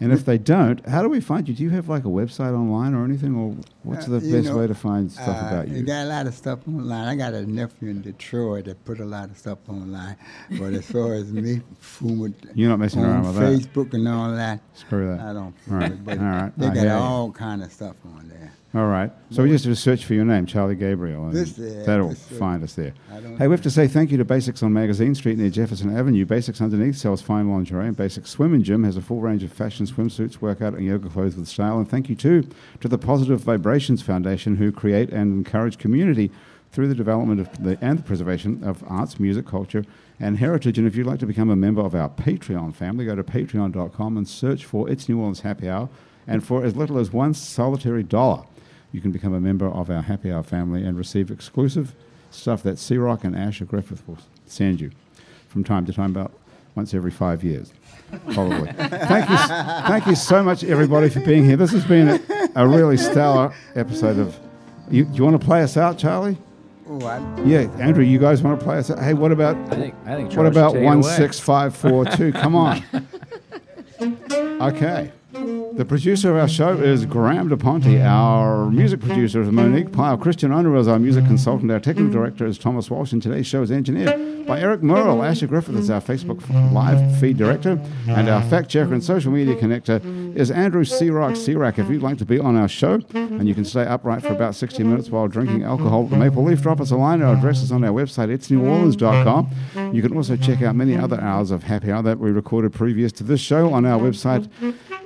S1: And if they don't, how do we find you? Do you have like a website online or anything, or what's
S2: Uh,
S1: the
S2: you
S1: best
S2: know,
S1: way to find stuff
S2: uh,
S1: about you?
S2: I got a lot of stuff online. I got a nephew in Detroit that put a lot of stuff online. But as far as me fooling with
S1: You're not messing around
S2: on uh,
S1: with that.
S2: Facebook and all that,
S1: Screw that.
S2: I don't.
S1: All right.
S2: But
S1: All right.
S2: They
S1: I hear
S2: got
S1: you.
S2: all kind of stuff on there.
S1: All right. So we just have to search for your name, Charlie Gabriel, and
S2: This, uh,
S1: that'll
S2: this, uh,
S1: find us there.
S2: I don't
S1: Hey, we have to say thank you to Basics on Magazine Street near Jefferson Avenue. Basics Underneath sells fine lingerie, and Basics Swim and Gym has a full range of fashion swimsuits, workout, and yoga clothes with style. And thank you, too, to the Positive Vibrations Foundation, who create and encourage community through the development of the, and the preservation of arts, music, culture, and heritage. And if you'd like to become a member of our Patreon family, go to patreon.com and search for It's New Orleans Happy Hour. And for as little as one solitary dollar, you can become a member of our Happy Hour family and receive exclusive stuff that C Rock and Asher Griffith will send you from time to time about once every five years, probably. thank you, s- thank you so much, everybody, for being here. This has been a, a really stellar episode of. You, do you want to play us out, Charlie?
S2: Oh, I,
S1: Yeah, Andrew, you guys want to play us out? Hey, what about
S3: I think I think
S1: what
S3: Charles should
S1: about
S3: take it
S1: one
S3: away.
S1: six five four two? Come on. Okay. The producer of our show is Graham DePonte. Our music producer is Monique Pyle. Christian Oner is our music consultant. Our technical director is Thomas Walsh. And today's show is engineered by Eric Merle. Asher Griffith is our Facebook live feed director. And our fact checker and social media connector is Andrew Searock. Searock, if you'd like to be on our show and you can stay upright for about 60 minutes while drinking alcohol at Maple Leaf, drop us a line. Our address is on our website, itsneworleans.com. You can also check out many other hours of happy hour that we recorded previous to this show on our website,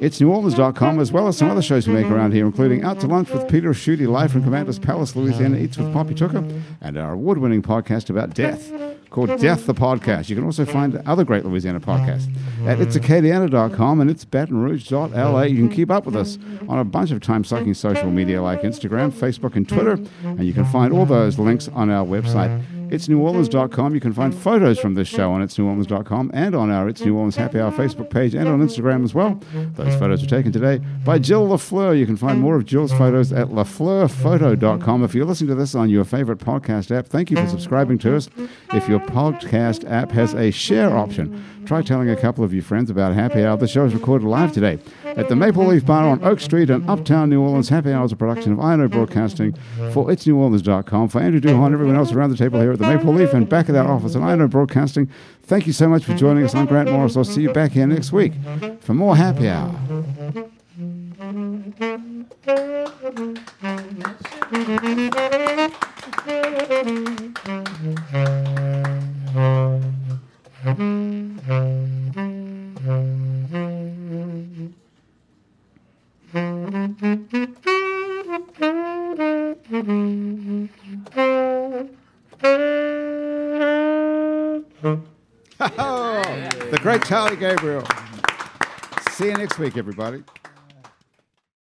S1: itsneworleans.com, as well as some other shows we make around here, including Out to Lunch with Peter Schutte, live from Commander's Palace, Louisiana, Eats with Poppy Tucker, and our award-winning podcast about death called Death the Podcast. You can also find other great Louisiana podcasts at itsacadiana.com and itsbatonrouge.la. You can keep up with us on a bunch of time-sucking social media like Instagram, Facebook, and Twitter, and you can find all those links on our website. It's neworleans.com. You can find photos from this show on itsneworleans.com and on our It's New Orleans Happy Hour Facebook page and on Instagram as well. Those photos were taken today by Jill LaFleur. You can find more of Jill's photos at lafleurphoto.com. If you're listening to this on your favorite podcast app, thank you for subscribing to us. If your podcast app has a share option, try telling a couple of your friends about Happy Hour. The show is recorded live today at the Maple Leaf Bar on Oak Street in Uptown New Orleans. Happy Hour is a production of INO Broadcasting for itsneworleans.com. For Andrew Duhon, everyone else around the table here at the Maple Leaf and back at our office at INO Broadcasting, thank you so much for joining us. I'm Grant Morris. I'll see you back here next week for more Happy Hour. The great Charlie Gabriel. See you next week, everybody.